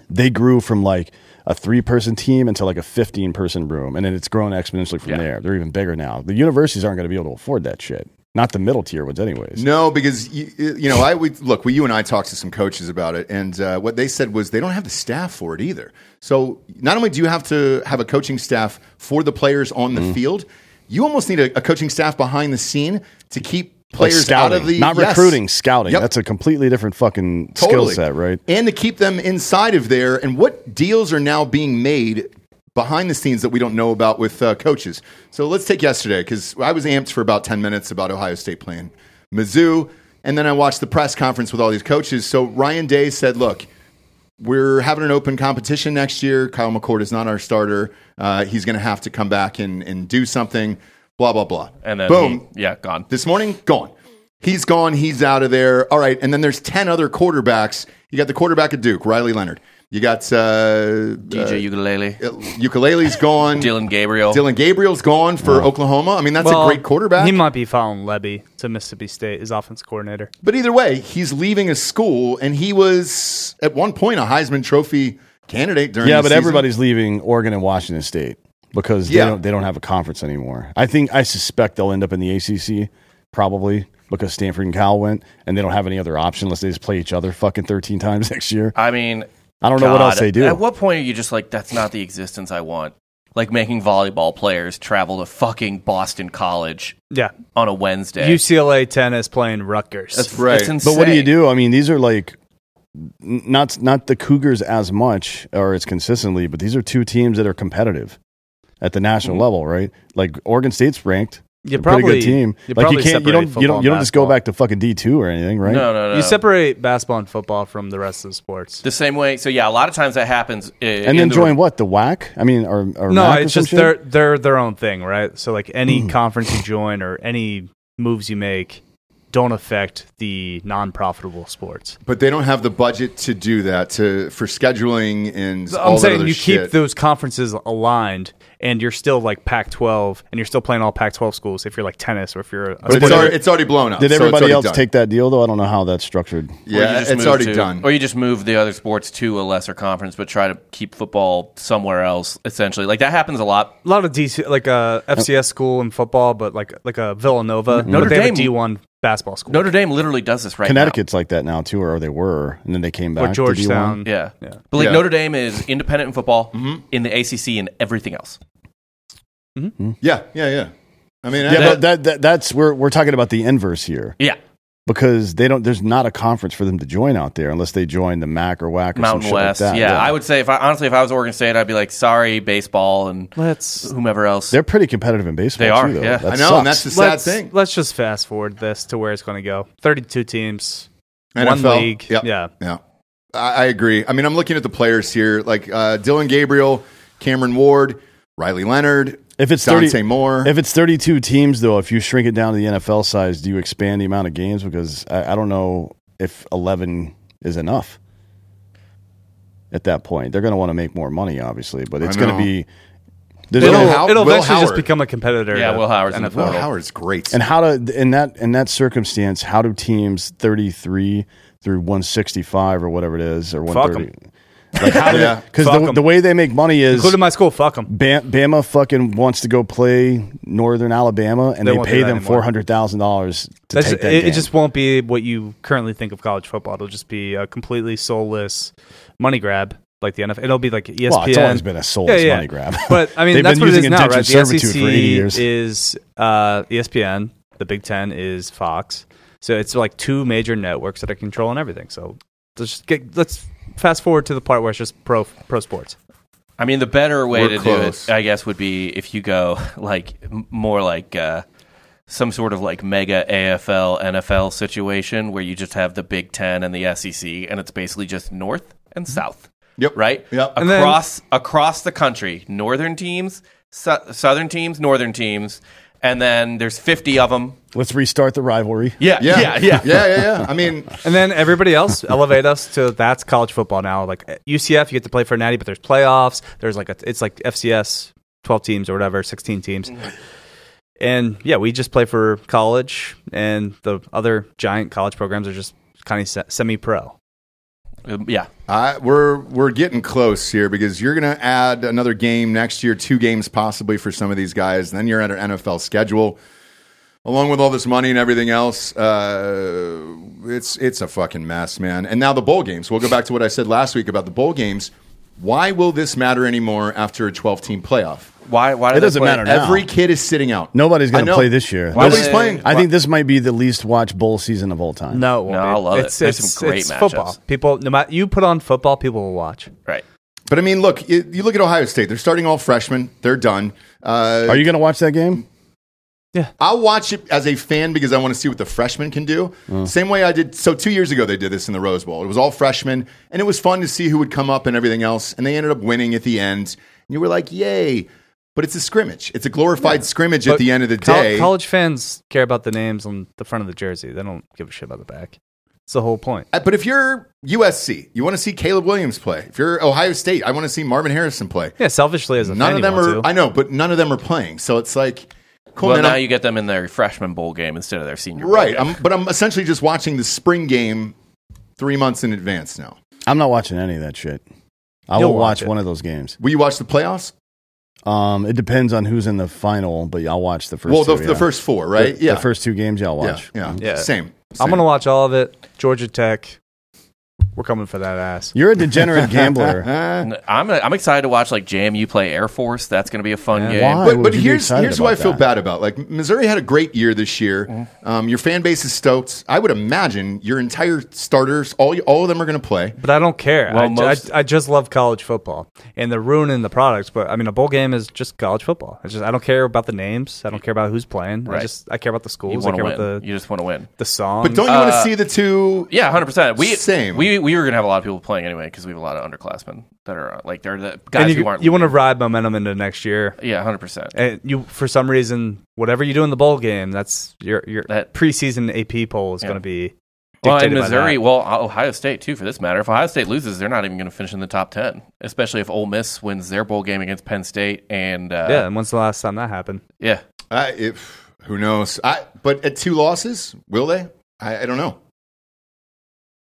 E: they grew from like a three person team into like a 15 person room, and then it's grown exponentially from
C: Yeah.
E: there. They're even bigger now. The universities aren't going to be able to afford that shit. Not the middle tier ones, anyways.
B: No, because you, you know, I would look. Well, you and I talked to some coaches about it, and uh, what they said was they don't have the staff for it either. So not only do you have to have a coaching staff for the players on
E: Mm-hmm.
B: the field, you almost need a, a coaching staff behind the scene to keep
E: Like
B: players out of the
E: not
B: yes.
E: recruiting, scouting.
B: Yep.
E: That's a completely different fucking skill
B: Totally.
E: set, right?
B: And to keep them inside of there, and what deals are now being made behind the scenes that we don't know about with uh, coaches. So let's take yesterday because I was amped for about ten minutes about Ohio State playing Mizzou, and then I watched the press conference with all these coaches. So Ryan Day said, "Look." We're having an open competition next year. Kyle McCord is not our starter. Uh, he's going to have to come back and, and do something. Blah blah blah.
C: And then
B: boom,
C: he- yeah, gone.
B: this morning, gone. He's gone. He's out of there. All right. And then there's 10 other quarterbacks. You got the quarterback of Duke, Riley Leonard. You got uh,
C: DJ Ukulele,
B: uh, Ukulele's gone. Dylan.
C: Dylan Gabriel.
B: Gabriel's gone for Oklahoma. I mean, that's
D: Well,
B: a great quarterback.
D: He might be following Levy to Mississippi State, his offense coordinator.
B: but either way, he's leaving a school, and he was at one point a Heisman Trophy candidate during
E: Yeah,
B: the
E: but
B: season.
E: everybody's leaving Oregon and Washington State. because
B: Yeah.
E: they don't they don't have a conference anymore. I think I suspect they'll end up in the ACC probably because Stanford and Cal went, and they don't have any other option unless they just play each other fucking thirteen times next year.
C: I mean,
E: I don't know what
C: God,
E: else they do.
C: At what point are you just like, that's not the existence I want? Like making volleyball players travel to fucking Boston College
D: Yeah.
C: on a Wednesday.
D: UCLA tennis playing Rutgers.
C: that's
B: right.
C: That's insane.
E: But what do you do? I mean, these are like n- not not the Cougars as much or as consistently, but these are two teams that are competitive at the national
B: Mm-hmm.
E: level, right? Like Oregon State's ranked,
D: you
E: a pretty good team. Like you can't, you don't, you don't, you don't just go back to fucking D two or anything, right?
C: No, no, no.
D: You separate basketball and football from the rest of the sports.
C: the same way. So yeah, a lot of times that happens. i- in
E: And then
C: the-
E: join what the WAC? I mean, or, or
D: No,
E: MAC or
D: it's
E: some
D: just
E: shit? Mm.
D: they're they're their own thing, right? So like any conference you join or any moves you make don't affect the non-profitable sports.
B: But they don't have the budget to do that to for scheduling and all
D: I'm
B: that
D: saying
B: other
D: you
B: shit.
D: keep those conferences aligned, and you're still like Pac-12, and you're still playing all Pac-12 schools. If you're like tennis, or if you're, a
B: But it's,
E: did-
B: already, it's already blown up.
E: Did
B: so it's
E: everybody
B: already
E: else
B: done.
E: take that deal though? I don't know how that's structured.
C: or you
B: Yeah,
C: just
B: it's
C: move
B: already
C: to-
B: done.
C: Or you just move the other sports to a lesser conference, but try to keep football somewhere else. Essentially, like that happens a lot.
D: a lot of DC, like uh, a FCS school in football, but like like a Villanova,
B: Mm-hmm.
C: Notre
D: Notre they have a
C: Dame-
D: D1 basketball school,
C: Notre Dame literally does this right. now.
E: Connecticut's like that now too, or they were, and then they came back.
D: or
E: to D1.
D: Georgetown.
C: Yeah. But like
B: Yeah. Mm-hmm.
C: Notre Dame is independent in football, in the ACC, and everything else.
B: Yeah, yeah, yeah. I mean,
E: Yeah,
B: I-
E: but that, that that's we're we're talking about the inverse here
C: Yeah.
E: because they don't. There's not a conference for them to join out there unless they join the MAC or WAC or some
C: Mountain
E: shit
C: West.
E: Like that.
C: yeah, I would say if I honestly, if I was Oregon State, I'd be like, sorry, baseball and
D: Let's
C: whomever else.
E: They're pretty competitive in baseball.
C: They are,
E: Too, though.
C: yeah.
E: That
B: I know, and that's
E: sucks.
B: the sad
D: let's,
B: thing.
D: let's just fast forward this to where it's going to go. 32 teams, one
B: NFL.
D: league.
B: Yep.
D: Yeah,
B: Yeah, I, I agree. I mean, I'm looking at the players here, like uh, Dylan Gabriel, Cameron Ward, Riley Leonard.
E: If it's
B: Dante
E: 30
B: Moore,
E: If it's 32 teams, though, if you shrink it down to the NFL size, do you expand the amount of games? Because I, I don't know if 11 is enough at that point. They're going to want to make more money, obviously, but it's going
B: know.
E: to be. There's
B: Will
D: it'll,
E: only-
B: How-
D: it'll
B: Will
D: eventually
B: Howard.
D: just become a competitor.
C: Yeah,
D: to
C: Will Howard's in the
B: Will
D: NFL.
C: portal.
B: Howard's great.
E: and how to in that in that circumstance, how do teams 33 through 165 or whatever it is or
D: Fuck
E: 130? Like how do
B: Yeah.
E: because
D: Fuck
E: the,
D: 'em.
E: the way they make money is
D: Including my school, fuck them.
E: Bam, Bama fucking wants to go play Northern Alabama, and
D: They
E: they,
D: won't do
E: pay
D: that
E: them
D: anymore.
E: four hundred thousand dollars to
D: That's,
E: take
D: it,
E: that
D: it
E: game.
D: just won't be what you currently think of college football. It'll just be a completely soulless money grab like the NFL. It'll be like E ESPN.
E: well, it's always been a soulless
D: Yeah, yeah.
E: money grab.
D: But I mean,
E: They've
D: that's
E: been
D: what it
E: using
D: is now,
E: indentured
D: right? The
E: servitude
D: SEC
E: for 80 years.
D: is uh, ESPN. The Big Ten is Fox. So it's like two major networks that are controlling everything. So let's just get let's fast forward to the part where it's just pro pro sports.
C: I mean, the better way
B: We're
C: to
B: close.
C: do it, I guess, would be if you go like m- more like uh, some sort of like mega AFL NFL situation where you just have the Big Ten and the SEC, and it's basically just North and South.
B: Yep.
C: Right.
B: Yep.
D: And then-
C: Across across the country, Northern teams, sou- Southern teams, Northern teams, and then there's 50 of them.
E: Let's restart the rivalry.
C: Yeah.
B: yeah,
C: Yeah. Yeah.
B: yeah, yeah, yeah. I mean,
D: And then everybody else elevate us to that's college football now. Like UCF, you get to play for Natty, but there's playoffs. There's like a, it's like FCS, twelve teams or whatever, sixteen teams.
B: Mm-hmm.
D: And yeah, we just play for college, and the other giant college programs are just kind of semi pro.
C: Um, yeah.
B: I, we're we're getting close here because you're going to add another game next year, two games possibly for some of these guys. Then you're at an NFL schedule, along with all this money and everything else. Uh, it's it's a fucking mess, man. And now the bowl games. We'll go back to what I said last week about the bowl games. Why will this matter anymore after a 12 team playoff?
C: Why? Why? Do
E: It
C: they
E: doesn't
C: play-
E: matter now.
B: Every kid is sitting out.
E: Nobody's going
B: I
E: to
B: know.
E: play this year.
B: Why
E: This-
B: Nobody's playing.
E: I think this might be the least watched bowl season of all time.
D: No, it won't
C: No,
D: be.
C: I love it.
D: it's,
C: There's
D: It's,
C: some great
D: it's football.
C: matchups.
D: People, no matter you put on football, people will watch.
C: Right.
B: But I mean, look, you, you look at Ohio State. They're starting all freshmen. They're done. Uh,
E: Are you going to watch that game?
B: I'll watch it as a fan because I want to see what the freshmen can do.
D: Mm.
B: Same way I did. So two years ago, they did this in the Rose Bowl. It was all freshmen, and it was fun to see who would come up and everything else. And they ended up winning at the end. And you were like, "Yay!" But it's a scrimmage. It's a glorified scrimmage at
D: But
B: the end of the
D: col-
B: day.
D: college fans care about the names on the front of the jersey. They don't give a shit about the back. It's the whole point.
B: Uh, But if you're USC, you want to see Caleb Williams play. If you're Ohio State, I want to see Marvin Harrison play.
D: Yeah, selfishly as a
B: None
D: fan,
B: of
D: you
B: them
D: want
B: are.
D: to.
B: I know, but none of them are playing. So it's like, cool.
C: well,
B: man,
C: now
B: I'm-
C: you get them in their freshman bowl game instead of their senior. bowl
B: right.
C: game.
B: I'm, but I'm essentially just watching the spring game three months in advance now.
E: I'm not watching any of that shit. I
D: You'll
E: will
D: watch
E: watch
D: it.
E: one of those games.
B: Will you watch the playoffs?
E: Um, it depends on who's in the final, but I'll watch the first.
B: Well, the,
E: two,
B: the
E: yeah.
B: first four, right?
E: The-
B: yeah.
E: the first two games, yeah, I'll
B: yeah,
E: watch.
B: yeah.
D: Yeah.
B: Same.
D: I'm
B: same.
D: gonna watch all of it. Georgia Tech. We're coming for that ass.
E: You're a degenerate gambler.
B: Uh,
C: I'm I'm excited to watch like JMU play Air Force. That's going to be a fun
D: Yeah.
C: game.
E: Why
B: but
E: would
B: but
E: you be
B: here's
E: excited
B: here's what I
E: about
B: feel
E: that? Mm-hmm.
B: bad about. Like Missouri had a great year this year. Um, your fan base is stoked. I would imagine your entire starters, all you- all of them are going to play.
D: But I don't care.
C: Well,
D: I, ju- I-
C: most-
D: I just love college football, and they're ruining the products. But I mean, a bowl game is just college football. It's just I don't care about the names. I don't care about who's playing.
C: Right.
D: I just I care about the
C: You
D: schools. I
C: want to
D: care
C: win.
D: about the
C: you just want to win.
D: the song.
B: But don't you want to see the two?
C: Yeah, hundred percent. We
B: Same.
C: We we were gonna have a lot of people playing anyway because we have a lot of underclassmen that are uh, like they're the guys
D: and
C: who
D: you,
C: aren't.
D: you want to
C: leaving.
D: ride momentum into next year.
C: Yeah, hundred percent.
D: And you, for some reason, whatever you do in the bowl game, that's your your
C: That-
D: preseason AP poll is
C: Yeah.
D: going to be.
C: Well, in
D: dictated by
C: Missouri,
D: that.
C: well, uh, Ohio State too, for this matter. If Ohio State loses, they're not even going to finish in the top ten. Especially if Ole Miss wins their bowl game against Penn State, and uh,
D: yeah. And when's the last time that happened?
C: yeah,
B: I, if who knows? I but at two losses, will they? I, I don't know.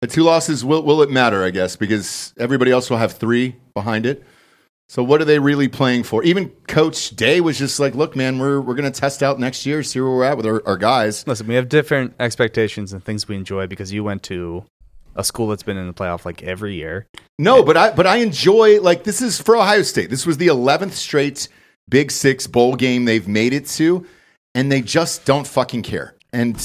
B: At two losses, will will it matter? I guess because everybody else will have three behind it. So what are they really playing for? Even Coach Day was just like, "Look, man, we're we're going to test out next year, see where we're at with our, our guys."
D: Listen, we have different expectations and things we enjoy because you went to a school that's been in the playoff like every year.
B: No, but I but I enjoy like this is for Ohio State. This was the eleventh straight Big Six bowl game they've made it to, and they just don't fucking care. And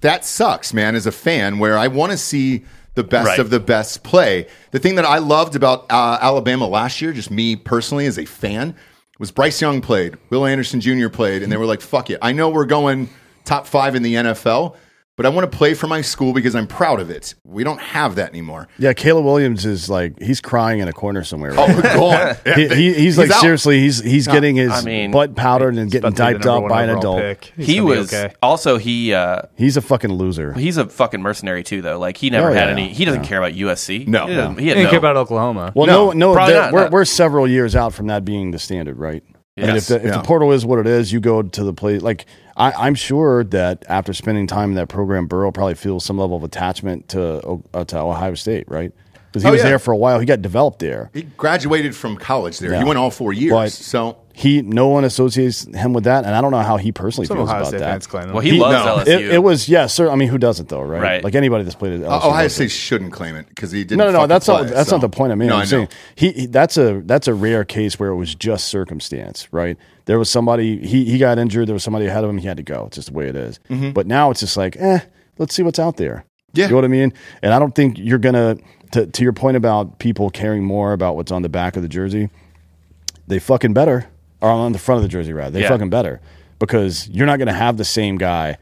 B: that sucks, man. As a fan, where I want to see the best
C: Right.
B: of the best play. The thing that I loved about uh, Alabama last year, just me personally as a fan, was Bryce Young played, Will Anderson Jr. played, and they were like, "Fuck it, I know we're going top five in the NFL." But I want to play for my school because I'm proud of it. We don't have that anymore.
E: yeah, Caleb Williams is like he's crying in a corner somewhere. Right?
B: Oh, gone.
E: now. he, he- he's like
B: out.
E: seriously, he's he's getting his
C: I mean,
E: butt powdered and getting
D: About to be the
E: diped
D: number
E: up
D: one
E: by an
D: overall
E: adult.
D: pick. He's
C: he
D: gonna be
C: was
D: okay.
C: also he uh,
E: He's a fucking loser.
C: he's a fucking mercenary too, though. Like he never
E: Oh,
C: had
E: yeah,
C: any. He doesn't care about USC.
B: No.
C: he, doesn't- he had
D: Didn't
C: no-
D: care about Oklahoma.
E: Well,
B: No,
E: no, no,
C: probably
E: there-
C: not,
E: we're,
C: not-
E: we're several years out from that being the standard, right? I mean, if,
B: Yes,
E: the, if
B: yeah.
E: the portal is what it is, you go to the place. Like, I, I'm sure that after spending time in that program, Burrow probably feels some level of attachment to O- uh, to Ohio State, right? Because he
B: Oh,
E: was
B: yeah.
E: there for a while. He got developed there.
B: He graduated from college there. He
E: Yeah.
B: went all four years.
E: But-
B: so
E: He, no one associates him with that, and I don't know how he personally
D: Some
E: feels
D: Ohio
E: about
D: State
E: that.
D: fans claim him.
C: Well, he, loves LSU.
E: It, it was, yeah, sir. I mean, who doesn't though, right?
C: Right.
E: Like anybody that's played at
B: uh,
E: LSU
B: Ohio
E: loves it.
B: State shouldn't claim it because he didn't.
E: No, no, no.
B: fucking
E: That's not.
B: play,
E: That's
B: so-
E: not the point I'm making.
B: No, I
E: I'm saying
B: know.
E: he, he- That's a that's a rare case where it was just circumstance, right? There was somebody he he got injured. There was somebody ahead of him. He had to go. It's just the way it is. But now it's just like, eh, let's see what's out there.
B: Mm-hmm. Yeah.
E: you know what I mean. And I don't think you're gonna to to your point about people caring more about what's on the back of the jersey. They fucking better, or on the front of the jersey rather. They
C: Yeah.
E: fucking better because you're not gonna have the same guy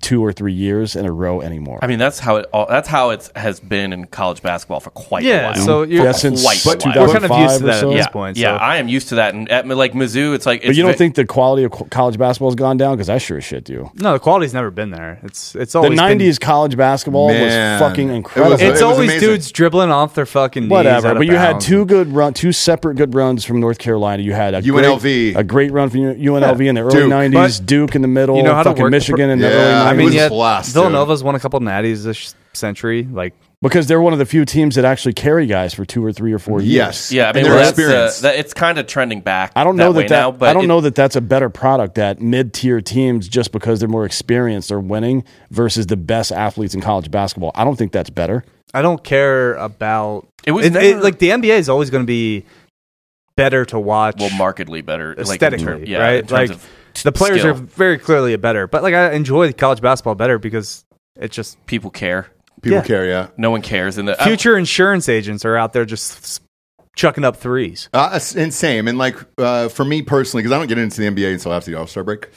E: two or three years in a row anymore.
C: I mean, that's how it. All, that's how it has been in college basketball for quite a
D: Yeah,
C: while.
D: so you're
E: yeah, since
C: quite
E: but
C: a while.
D: We're kind of
E: 2005
D: used to
E: or
D: that
E: so.
D: at this
C: yeah,
D: point.
C: yeah,
D: so-
C: I am used to that, and at, like Mizzou, it's like. It's
E: But you don't
C: ve-
E: think the quality of co- college basketball has gone down? Because I sure as shit do.
D: no, the quality's never been there. It's it's
E: The
D: always been-
E: '90s college basketball
B: Man.
E: was fucking
B: It was-
E: incredible.
B: It
D: It's
B: was
D: always
B: amazing.
D: dudes dribbling off their fucking knees
E: Whatever,
D: out of
E: but you had
D: bounds.
E: two good run, two separate good runs from North Carolina. You had a
B: UNLV.
E: great, a great run from U- UNLV in the early
B: Duke.
E: '90s,
D: But
E: Duke in the middle,
D: you know how to
E: fucking
D: work the
E: Michigan in the
B: Yeah, I
E: early '90s.
D: I
B: It
D: mean,
B: was a
D: yeah,
B: blast, dude.
D: Villanova's won a couple natties this century. Like,
E: because they're one of the few teams that actually carry guys for two or three or four years.
B: Yes.
C: Yeah, I
B: And
C: mean,
B: their
C: well, that's,
B: experience.
C: uh, that, it's kind of trending back.
E: I don't know
C: way
E: that,
C: now,
E: that
C: but
E: I don't
C: it-
E: know that that's a better product that mid-tier teams just because they're more experienced are winning versus the best athletes in college basketball. I don't think that's better.
D: I don't care about
C: It was
D: it,
C: never-
D: like the NBA is always going to be better to watch
C: well, markedly better like, in
D: aesthetically,
C: term- yeah, in
D: right?
C: terms
D: Like
C: of
D: the players
C: skill.
D: are very clearly better, but like I enjoy college basketball better because it's just
C: people care.
B: people
D: yeah.
B: care. Yeah.
C: No one cares. And the I-
D: future insurance agents are out there just s- chucking up threes.
B: Uh, it's insane. And like uh, for me personally, because I don't get into the NBA until after the All Star break,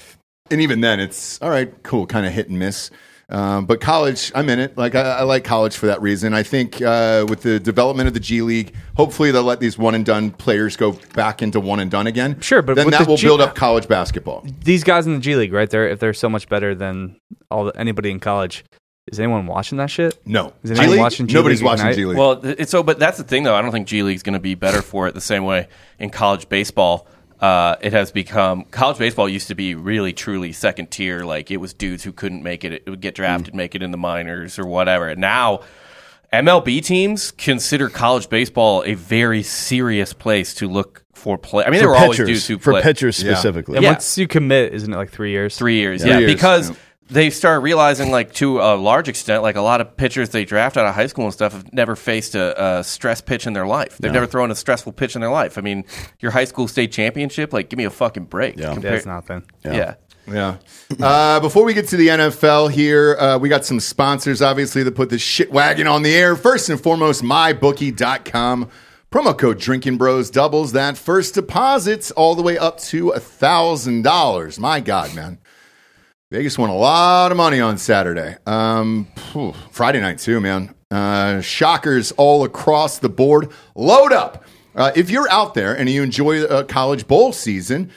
B: and even then, it's all right, cool, kind of hit and miss. Um, but college, I'm in it. Like I, I like college for that reason. I think uh, with the development of the G League, hopefully they'll let these one and done players go back into one and done again.
D: Sure, but
B: then
D: with
B: that
D: the
B: will
D: G-
B: build up college basketball.
D: These guys in the G League, right there, if they're so much better than all the, anybody in college, is anyone watching that shit?
B: No,
D: Is anyone watching G
B: Nobody's
D: League
B: watching
D: Ignite?
B: G League.
C: Well, th- it's so, but that's the thing, though. I don't think G League's going to be better for it the same way in college baseball. Uh, it has become college baseball used to be really truly second tier. Like it was dudes who couldn't make it, it would get drafted,
E: Mm.
C: make it in the minors or whatever. And now MLB teams consider college baseball a very serious place to look for play. I mean, there
E: for
C: were always
E: pitchers,
C: dudes who
E: for
C: play
E: pitchers
B: Yeah.
E: specifically.
D: And
C: Yeah.
D: once you commit, isn't it like three years?
C: three years.
B: Three
C: Yeah,
B: years,
C: because
B: yeah.
C: they start realizing, like to a large extent, like a lot of pitchers they draft out of high school and stuff have never faced a, a stress pitch in their life. They've never thrown a stressful pitch in their life. I mean, your high school state championship, like, give me a fucking break. Yeah,
D: Yeah, it's nothing.
C: yeah.
B: Yeah. Uh, before we get to the NFL here, uh, we got some sponsors, obviously, that put this shit wagon on the air. First and foremost, mybookie.com. Promo code Drinking Bros doubles that first deposits all the way up to $1,000. My God, man. Vegas won a lot of money on Saturday. Um, phew, Friday night, too, man. Uh, shockers all across the board. Load up. Uh, if you're out there and you enjoy uh, college bowl season,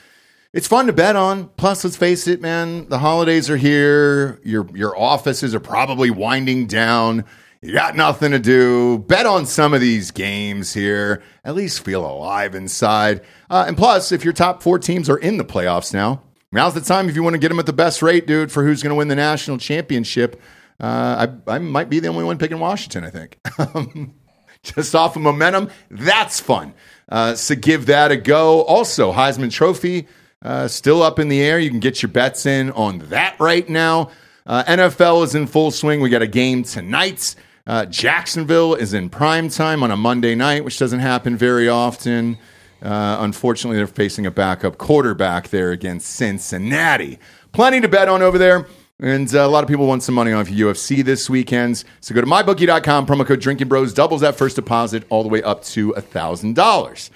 B: it's fun to bet on. Plus, let's face it, man, the holidays are here. Your your offices are probably winding down. You got nothing to do. Bet on some of these games here. At least feel alive inside. Uh, and plus, if your top four teams are in the playoffs now, now's the time if you want to get them at the best rate, dude, for who's going to win the national championship. Uh, I, I might be the only one picking Washington, I think. Um, just off of momentum. That's fun. Uh, so give that a go. Also, Heisman Trophy uh, still up in the air. You can get your bets in on that right now. Uh, NFL is in full swing. We got a game tonight. Uh, Jacksonville is in prime time on a Monday night, which doesn't happen very often. Uh, unfortunately, they're facing a backup quarterback there against Cincinnati. Plenty to bet on over there. And uh, a lot of people want some money off UFC this weekend. So go to mybookie.com, promo code Drinking Bros doubles that first deposit all the way up to $1,000.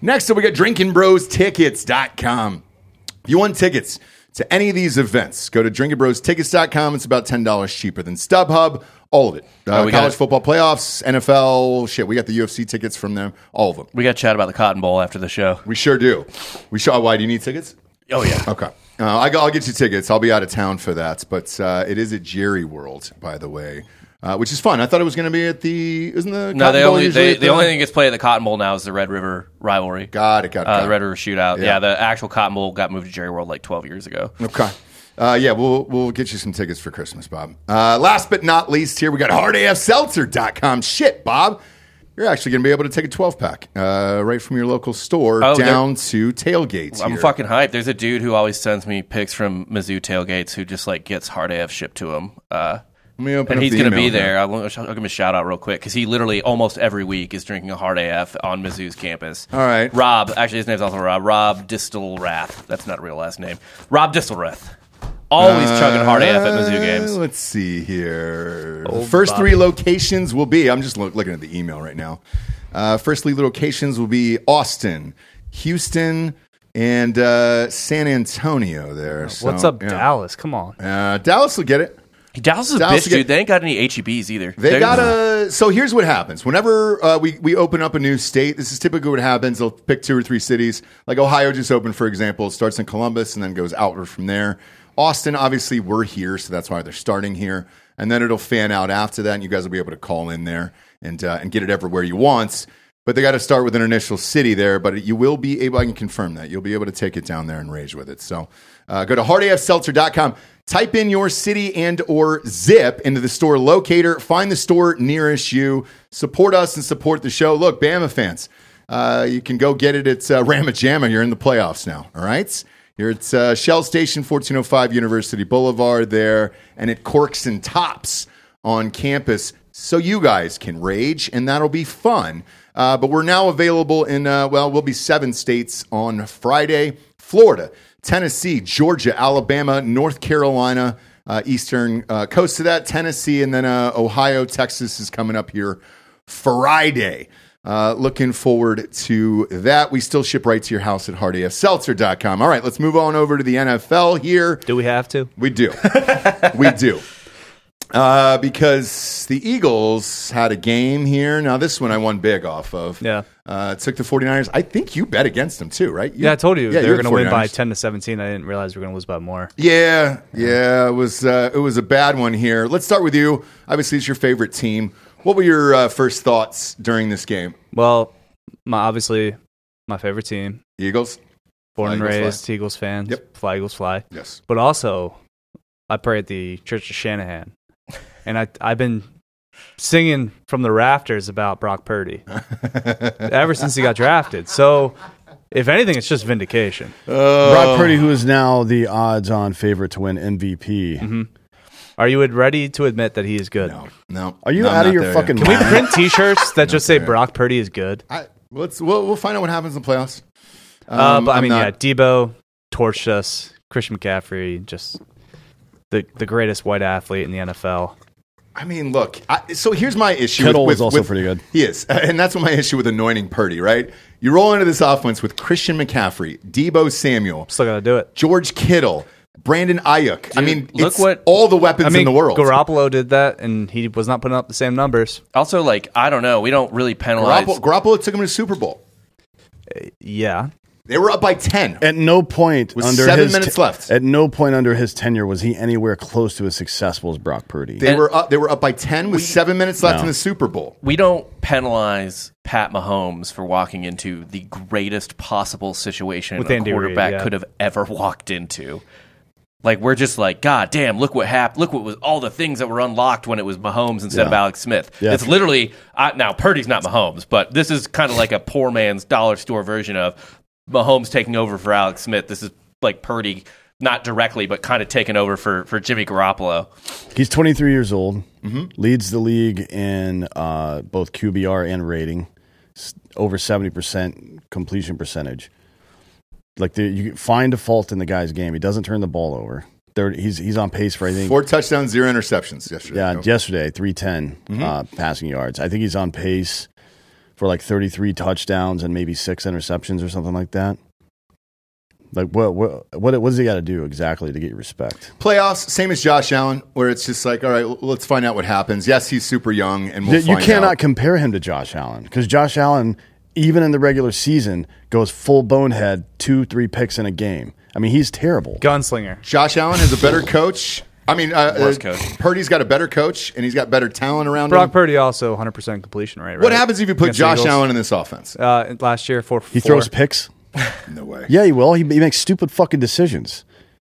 B: Next up, we got drinkingbrostickets.com. If you want tickets to any of these events, go to drinkingbrostickets.com. It's about $10 cheaper than StubHub. All of it. Uh,
C: Oh, we got
B: college
C: it.
B: football playoffs, NFL, shit. We got the UFC tickets from them, all of them.
C: We got to chat about the Cotton Bowl after the show.
B: We sure do. We sure. Why do you need tickets?
C: Oh yeah.
B: Okay. Uh, I, will get you tickets. I'll be out of town for that, but uh, it is at Jerry World, by the way, uh, which is fun. I thought it was going to be at the isn't the
C: No,
B: Cotton
C: they
B: Bowl
C: only
B: usually
C: they,
B: at
C: the only thing that's played at the Cotton Bowl now is the Red River rivalry.
B: Got it. Got it.
C: uh,
B: got
C: the
B: it.
C: Red River Shootout. Yeah.
B: Yeah.
C: the actual Cotton Bowl got moved to Jerry World like 12 years ago.
B: Okay. Uh, yeah, we'll we'll get you some tickets for Christmas, Bob. Uh, last but not least, here we got hardafseltzer.com. Shit, Bob. You're actually going to be able to take a 12 pack uh, right from your local store
C: Oh, they're-
B: down to tailgates.
C: I'm
B: here.
C: fucking hyped. There's a dude who always sends me pics from Mizzou tailgates who just like gets hard AF shipped to him. Uh,
B: Let me open
C: and
B: up
C: he's
B: the
C: going to
B: email
C: be
B: here.
C: there. I'll, I'll give him a shout out real quick because he literally almost every week is drinking a hard AF on Mizzou's campus.
B: All right.
C: Rob. Actually, his name's also Rob. Rob Distelrath. That's not a real last name. Rob Distelrath. Always chugging hard AF at Mizzou games.
B: Uh, Let's see here. The first three locations will be. I'm just look, looking at the email right now. Uh, first three locations will be Austin, Houston, and uh, San Antonio. There. So,
D: What's up,
B: yeah.
D: Dallas? Come on.
B: Uh, Dallas will get it.
C: Dallas is a
B: Dallas
C: bitch,
B: get-
C: dude. They ain't got any HEBs either.
B: They
C: They're-
B: got to So here's what happens. Whenever uh, we we open up a new state, this is typically what happens. They'll pick two or three cities. Like Ohio just opened, for example. It starts in Columbus and then goes outward from there. Austin, obviously, we're here, so that's why they're starting here. And then it'll fan out after that, and you guys will be able to call in there and uh, and get it everywhere you want. But they got to start with an initial city there. But you will be able, I can confirm that. You'll be able to take it down there and rage with it. So uh, go to hardafseltzer.com. Type in your city and or zip into the store locator. Find the store nearest you. Support us and support the show. Look, Bama fans, uh, you can go get it at uh, Rama Jamma. You're in the playoffs now. All right. You're at uh, Shell Station, 1405 University Boulevard there, and at Corks and Tops on campus so you guys can rage and that'll be fun. Uh, but we're now available in, uh, well, we'll be seven states on Friday Florida, Tennessee, Georgia, Alabama, North Carolina, uh, Eastern uh, coast of that, Tennessee, and then uh, Ohio, Texas is coming up here Friday. Uh, looking forward to that. We still ship right to your house at hardafseltzer.com. All right, let's move on over to the NFL here.
D: Do we have to?
B: We do. we do. Uh, because the Eagles had a game here. Now, this one I won big off of.
D: Yeah.
B: Uh, took the 49ers. I think you bet against them too, right? You-
D: Yeah, I told you they
B: you
D: were
B: had
D: going to win by
B: 49ers.
D: 10 to 17. I didn't realize we were going to lose by more.
B: Yeah, yeah, it was uh, it was a bad one here. Let's start with you. Obviously, it's your favorite team. What were your uh, first thoughts during this game?
D: Well, my obviously my favorite team,
B: Eagles.
D: born
B: Fly,
D: and
B: Eagles, fly.
D: raised Eagles fans.
B: Yep.
D: Fly Eagles fly.
B: Yes.
D: But also, I pray at the Church of Shanahan, and I I've been singing from the rafters about Brock Purdy ever since he got drafted. So If anything, it's just vindication.
E: Brock Purdy, who is now the odds-on favorite to win MVP.
D: Are you ready to admit that he is good?
B: No,
E: Are you
B: no, I'm
E: out of
B: not
E: your
B: there
E: fucking
B: yet.
D: We
E: mind?
D: print T-shirts that just say Brock Purdy is good.
B: I, let's we'll, we'll find out what happens in the playoffs.
D: Uh,
B: Um,
D: but I
B: I'm
D: mean,
B: not-
D: yeah, Debo torched us. Christian McCaffrey, just the the greatest white athlete in the NFL.
B: I mean, look. I, so here's my issue.
E: Kittle
B: with,
E: is also pretty good.
B: He is, and that's my issue with anointing Purdy. Right, you roll into this offense with Christian McCaffrey, Debo Samuel,
D: Still gotta do it.
B: George Kittle, Brandon Ayuk. I mean,
C: look
B: it's
C: what-
B: all the weapons
D: I mean,
B: in the world.
D: Garoppolo did that, and he was not putting up the same numbers.
C: Also, like I don't know, we don't really penalize.
B: Garoppolo, Garoppolo took him to the Super Bowl.
D: Yeah,
B: They were up by ten.
E: At no point
B: With
E: under
B: seven
E: his
B: minutes left.
E: At no point under his tenure was he anywhere close to as successful as Brock Purdy.
B: They were up. They were up by ten with seven minutes left in the Super Bowl.
C: we don't penalize Pat Mahomes for walking into the greatest possible situation
D: With
C: a
D: Andy Reid,
C: quarterback
D: yeah.
C: could have ever walked into. Like we're just like, God damn, look what happened. Look what was all the things that were unlocked when it was Mahomes instead of
E: Yeah.
C: Alex Smith.
E: Yeah.
C: It's literally I, now Purdy's not Mahomes, but this is kind of like a poor man's dollar store version of Mahomes taking over for Alex Smith. This is like Purdy, not directly, but kind of taking over for for Jimmy Garoppolo.
E: He's 23 years old, leads the league in uh, both QBR and rating, s- over 70% completion percentage. Like the, you find a fault in the guy's game. He doesn't turn the ball over. There, he's he's on pace for I think
B: Four touchdowns, zero interceptions yesterday.
E: yeah
B: No.
E: yesterday 310
B: Mm-hmm.
E: uh, passing yards. I think he's on pace for like 33 touchdowns and maybe six interceptions or something like that. Like what what what, what does he got to do exactly to get your respect?
B: Playoffs, same as Josh Allen, where it's just like, all right, l- let's find out what happens. Yes, he's super young, and we'll
E: Th- you
B: find
E: cannot
B: out.
E: compare him to Josh Allen because Josh Allen, even in the regular season, goes full bonehead, two, three picks in a game. I mean, he's terrible.
D: gunslinger.
B: Josh Allen is a better coach. I mean, uh, uh,
C: Worst coach.
B: Purdy's got a better coach, and he's got better talent around
D: Brock
B: him.
D: Purdy also 100 percent completion rate. Right?
B: What happens if you put
D: Against the
B: Josh
D: Eagles?
B: Allen in this offense?
D: Uh, last year, four.
E: He throws picks.
B: No way.
E: Yeah, he will. He, he makes stupid fucking decisions.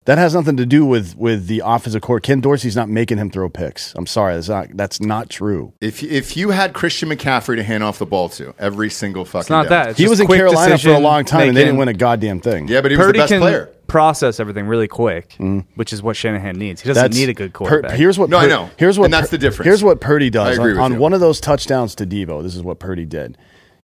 E: That has nothing to do with with the offensive core. Ken Dorsey's not making him throw picks. I'm sorry, that's not that's not true.
B: If if you had Christian McCaffrey to hand off the ball to every single fucking,
D: It's not
B: down.
D: that. It's
E: he
D: just
E: was in
D: quick
E: Carolina for a
D: decision
E: long time, and they didn't
D: making.
E: win a goddamn thing.
B: Yeah, but he was
D: Purdy
B: the best
D: can
B: player. Mm-hmm.
D: process everything really quick, which is what Shanahan needs. He doesn't need a good
E: Pur-
D: quarterback.
E: here's what
B: No, I
E: Pur-
B: know.
E: Here's what
B: And that's
E: Pur-
B: the difference.
E: Here's what Purdy does
B: I agree
E: on,
B: with
E: on
B: you.
E: one of those touchdowns to Debo. This is what Purdy did.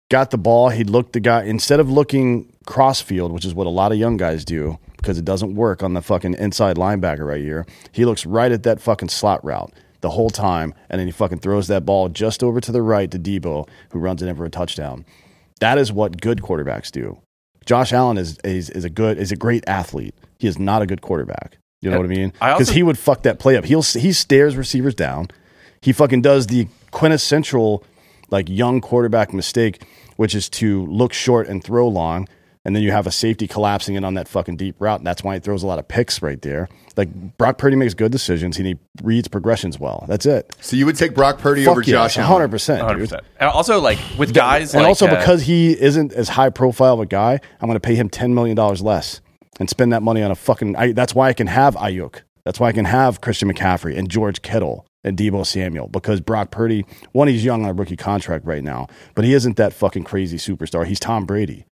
E: Got the ball. He looked the guy instead of looking crossfield, which is what a lot of young guys do because it doesn't work on the fucking inside linebacker right here. He looks right at that fucking slot route the whole time, and then he fucking throws that ball just over to the right to Debo, who runs it in for a touchdown. That is what good quarterbacks do. Josh Allen is is, is a good is a great athlete. He is not a good quarterback. You know what I mean?
C: I also-
E: Because he would fuck that play up. He'll he stares receivers down. He fucking does the quintessential like young quarterback mistake, which is to look short and throw long, and then you have a safety collapsing in on that fucking deep route. And that's why he throws a lot of picks right there. Like Brock Purdy makes good decisions and he reads progressions well. That's it.
B: So you would take Brock Purdy over
E: Fuck yeah,
B: Josh Allen.
E: 100%. dude.
C: 100%. And also, like with guys,
E: And
C: like,
E: also
C: uh,
E: because he isn't as high profile of a guy, I'm going to pay him ten million dollars less and spend that money on a fucking. I, that's why I can have Ayuk. That's why I can have Christian McCaffrey and George Kittle and Debo Samuel because Brock Purdy, one, he's young on a rookie contract right now, but he isn't that fucking crazy superstar. He's Tom Brady.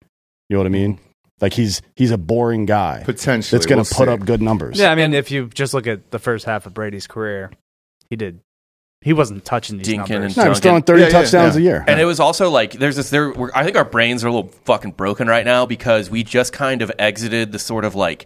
E: You know what I mean? Like he's he's a boring guy
B: Potentially,
E: that's going
B: We'll
E: to put
B: see.
E: up good numbers.
D: yeah, I mean, if you just look at the first half of Brady's career, he did. He wasn't touching these
C: Dinkin'
D: numbers.
E: No, he's throwing thirty
B: Yeah, yeah,
E: touchdowns
B: yeah.
E: a year.
C: And it was also like there's this there. We're, I think our brains are a little fucking broken right now because we just kind of exited the sort of like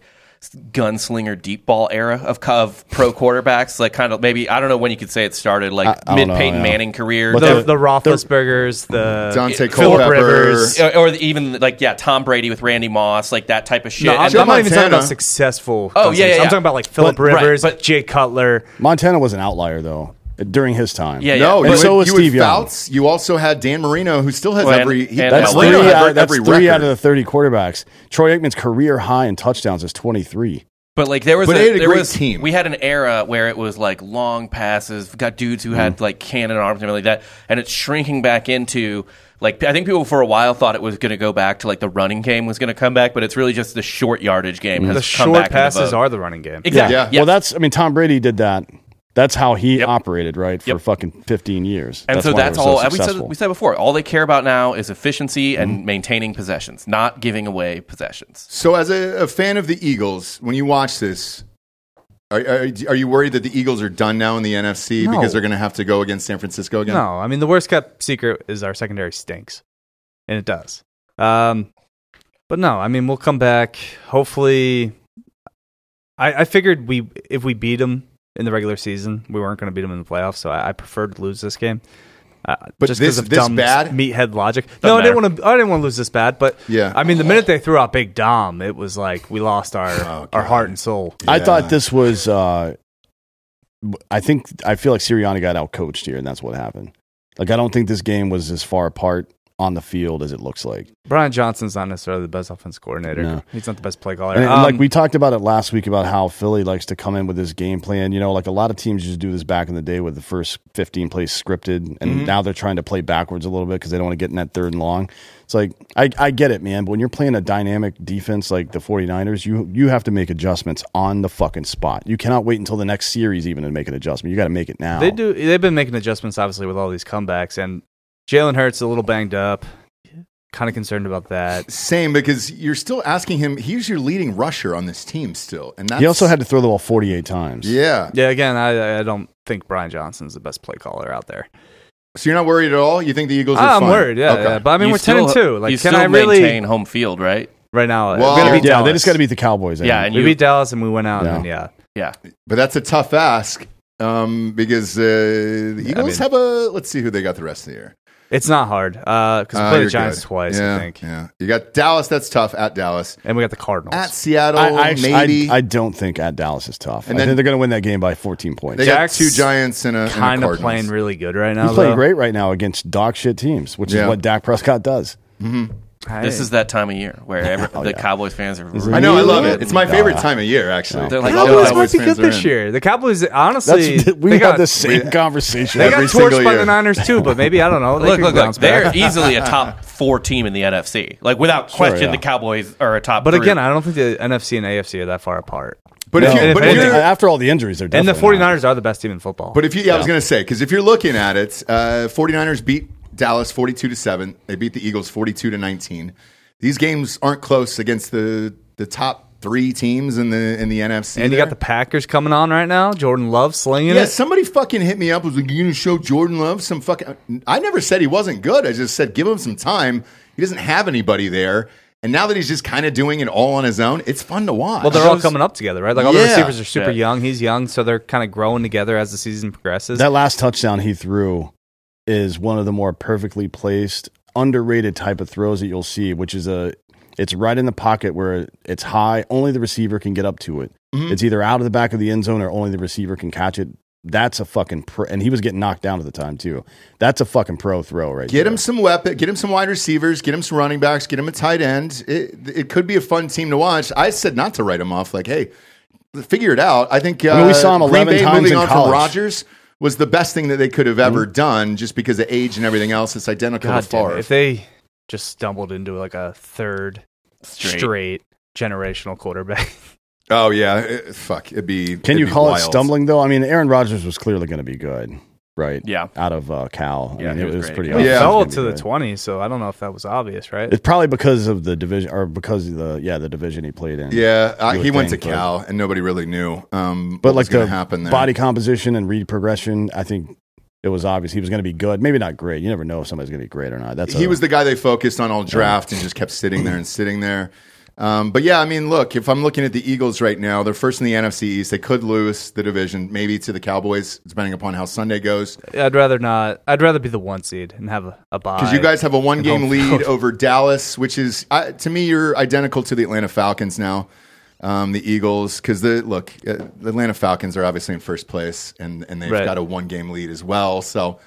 C: gunslinger deep ball era of, of pro quarterbacks. Like kind of maybe I don't know when you could say it started. Like
E: I- I
C: mid
E: don't know,
C: Peyton
E: yeah.
C: Manning career.
E: But
D: the,
E: the-
D: the Roethlisbergers, the
B: Dante
D: Philip
B: Culpepper.
D: Rivers.
C: or, or even like yeah, Tom Brady with Randy Moss, like that type of shit.
D: No, I'm,
C: And-
B: Joe
D: I'm not even talking
B: Montana.
D: about successful.
C: Oh, yeah, yeah,
D: I'm
C: yeah.
D: talking about like Philip
C: But- right,
D: Rivers,
C: but-
D: Jay Cutler.
E: Montana was an outlier though during his time.
C: Yeah, yeah.
B: No,
E: And
B: you
E: so
B: had-
E: was
B: you had
E: Steve Young.
B: Fouts. You also had Dan Marino, who still has
C: Well, and-
B: every. he-
C: and
E: That's
C: Well,
E: three,
C: Marino
B: has
E: out,
B: every-
E: that's
B: every
E: three
B: record.
E: out of the 30 quarterbacks. Troy Aikman's career high in touchdowns is 23.
C: But like there was,
B: But
C: a,
B: they had a
C: there
B: great
C: was-
B: team.
C: We had an era where it was like long passes. We got dudes who
D: Mm-hmm.
C: had like cannon arms and everything like that, and it's shrinking back into like I think people for a while thought it was going to go back to like the running game was going to come back, but it's really just the short yardage game has
D: Mm-hmm. The
C: come
D: short
C: back. in
D: passes
C: vogue.
D: are the running game.
C: exactly
B: Yeah.
C: Yes.
E: Well, that's, I mean, Tom Brady did that That's how he
C: Yep.
E: operated, right? For
C: Yep.
E: fucking 15 years.
C: And so
E: why they
C: that's
E: were so
C: all. and we, said,
E: successful.
C: we said before, all they care about now is efficiency
D: Mm-hmm.
C: and maintaining possessions, not giving away possessions.
B: So, as a, a fan of the Eagles, when you watch this, are, are, are you worried that the Eagles are done now in the NFC
D: No.
B: because they're going to have to go against San Francisco again?
D: No, I mean the worst kept secret is our secondary stinks, and it does. Um, but no, I mean we'll come back. Hopefully, I, I figured we if we beat them in the regular season, we weren't going to beat them in the playoffs. So I, I preferred to lose this game. Uh,
B: But
D: just
B: this-
D: because of
B: this
D: dumb
B: bad?
D: meathead logic. no, I didn't want to. I didn't want to lose this bad. But
B: Yeah.
D: I mean the minute they threw out Big Dom, it was like we lost our our heart and soul.
E: I
B: Oh, Yeah.
E: thought this was. Uh, I think I feel like Sirianni got outcoached here, and that's what happened. Like I don't think this game was as far apart on the field as it looks like.
D: Brian Johnson's not necessarily the best offensive coordinator.
E: No.
D: He's not the best play caller.
E: And, and,
D: Um,
E: like we talked about it last week about how Philly likes to come in with this game plan. You know, like a lot of teams used to do this back in the day with the first 15 plays scripted, and
D: Mm-hmm.
E: now they're trying to play backwards a little bit because they don't want to get in that third and long. It's like I, I get it, man, but when you're playing a dynamic defense like the 49ers, you you have to make adjustments on the fucking spot. You cannot wait until the next series even to make an adjustment. You got to make it now.
D: They do. They've been making adjustments, obviously, with all these comebacks. And Jalen Hurts a little banged up. Kind of concerned about that.
B: Same, because you're still asking him. He's your leading rusher on this team still, and that's,
E: He also had to throw the ball 48 times.
B: Yeah.
D: Yeah, again, I, I don't think Brian Johnson's the best play caller out there.
B: So you're not worried at all. You think the Eagles? are
D: Ah, I'm
B: fine?
D: worried. Yeah,
B: Okay.
D: yeah. but I mean,
C: You
D: we're ten and
C: still-
D: two. Like,
C: you
D: can
C: still
D: I really
C: maintain home field, right?
D: right now?
B: Well,
D: we're gonna beat
E: Yeah, they
D: Dallas.
E: just got to beat the Cowboys. I
C: Yeah,
E: think.
C: and
D: We
C: you,
D: beat Dallas and we went out.
E: Yeah.
D: And then, yeah,
C: yeah,
B: but that's a tough ask um, because uh, the Eagles
D: mean-
B: have a. Let's see who they got the rest of the year.
D: it's not hard because we
B: Uh,
D: played
B: you're
D: the Giants
B: good.
D: twice,
B: Yeah,
D: I think,
B: Yeah, you got Dallas. That's tough at Dallas.
D: and we got the Cardinals.
B: At Seattle,
E: I, I, actually- I-
B: Oh, maybe.
E: I, don't think at Dallas is tough.
B: And
E: I
B: then-
E: think they're going to win that game by 14 points.
B: they got
D: Jack's
B: two Giants and a, and a
D: kind of
B: Cardinals.
D: playing really good right now.
E: He's playing
D: though.
E: great right now against dog shit teams, which
B: Yeah.
E: is what Dak Prescott does.
D: Hey.
C: this is that time of year where every,
E: Oh,
C: the
E: yeah.
C: Cowboys fans are.
E: Is it
B: I know, I
E: Really?
B: love it. It's my
E: Nah.
B: favorite time of year, actually.
C: They're like,
D: Cowboys
C: oh,
D: might be good
B: fans are
D: this
B: in.
D: year. The Cowboys, honestly,
E: That's, we
D: they
E: have
D: got
E: the same conversation.
D: They
B: every
D: got torched
B: single
D: by
B: year.
D: the Niners too, but maybe I don't know. They
C: look,
D: could
C: look, look!
D: bounce back.
C: They're easily a top four team in the NFC. Like without question,
E: yeah.
C: the Cowboys are a top.
D: But
C: three.
D: again, I don't think the NFC and AFC are that far apart.
B: But if
E: No,
B: you,
D: And
B: but if
D: if
E: and
D: anything-
B: you're,
E: after all the injuries, they're
D: And the
E: definitely
D: 49ers are the best team in football.
B: but if you, yeah, I was gonna say because if you're looking at it, uh, 49ers beat Dallas 42 to seven. They beat the Eagles 42 to 19. These games aren't close against the the top three teams in the in the NFC.
D: and you
B: there.
D: got the Packers coming on right now. Jordan Love slinging
B: Yeah,
D: it.
B: somebody fucking hit me up. Was like, "You gonna show Jordan Love some fucking?" I never said he wasn't good. I just said give him some time. He doesn't have anybody there, and now that he's just kind of doing it all on his own, it's fun to watch.
D: Well, they're all coming up together, right? Like all
B: Yeah.
D: the receivers are super
C: Yeah.
D: young. He's young, so they're kind of growing together as the season progresses.
E: That last touchdown he threw is one of the more perfectly placed, underrated type of throws that you'll see, which is a it's right in the pocket where it's high, only the receiver can get up to it.
D: Mm-hmm.
E: It's either out of the back of the end zone or only the receiver can catch it. That's a fucking pro, and he was getting knocked down at the time too. That's a fucking pro throw right
B: Get
E: there.
B: him some weapon. Get him some wide receivers. Get him some running backs. Get him a tight end. It, it could be a fun team to watch. I said not to write him off. Like, hey, figure it out. I think uh,
E: mean, we saw him
B: Green
E: 11
B: Bay
E: times
B: moving
E: in
B: on
E: college.
B: from Rodgers was the best thing that they could have ever done, just because of age and everything else. It's identical
D: God
B: to
D: damn it.
B: Favre.
D: If they just stumbled into like a third straight,
C: Straight.
D: generational quarterback,
B: oh yeah, it- fuck. It'd be.
E: Can
B: it'd
E: you
B: be
E: call
B: wild.
E: it stumbling though? I mean, Aaron Rodgers was clearly going to be good, right?
C: Yeah.
E: out of uh, Cal. I
C: Yeah,
E: mean,
C: he
E: it
C: was
E: was,
C: great.
E: pretty.
B: Yeah.
E: obvious he was
D: fell
E: gonna be
D: to the
E: good.
D: twenty. So I don't know if that was obvious, right?
E: It's probably because of the division, or because of the yeah the division he played in.
B: Yeah, uh,
E: You
B: he
E: would
B: went to
E: think, but-
B: Cal, and nobody really knew. Um,
E: but
B: what was
E: like
B: gonna
E: the
B: happen there.
E: body composition and read progression, I think it was obvious he was going to be good. Maybe not great. You never know if somebody's going to be great or not. That's
B: he
E: a-
B: was the guy they focused on all draft and just kept sitting there and sitting there. Um, but yeah, I mean, look, if I'm looking at the Eagles right now, they're first in the NFC East. They could lose the division, maybe to the Cowboys, depending upon how Sunday goes.
D: I'd rather not. I'd rather be the one seed and have a, a bye.
B: Because you guys have a one game
D: home
B: lead
D: field.
B: over Dallas, which is, I to me, you're identical to the Atlanta Falcons now. Um, the Eagles, because the look, uh, the Atlanta Falcons are obviously in first place, and and they've
D: Right.
B: got a one game lead as well. So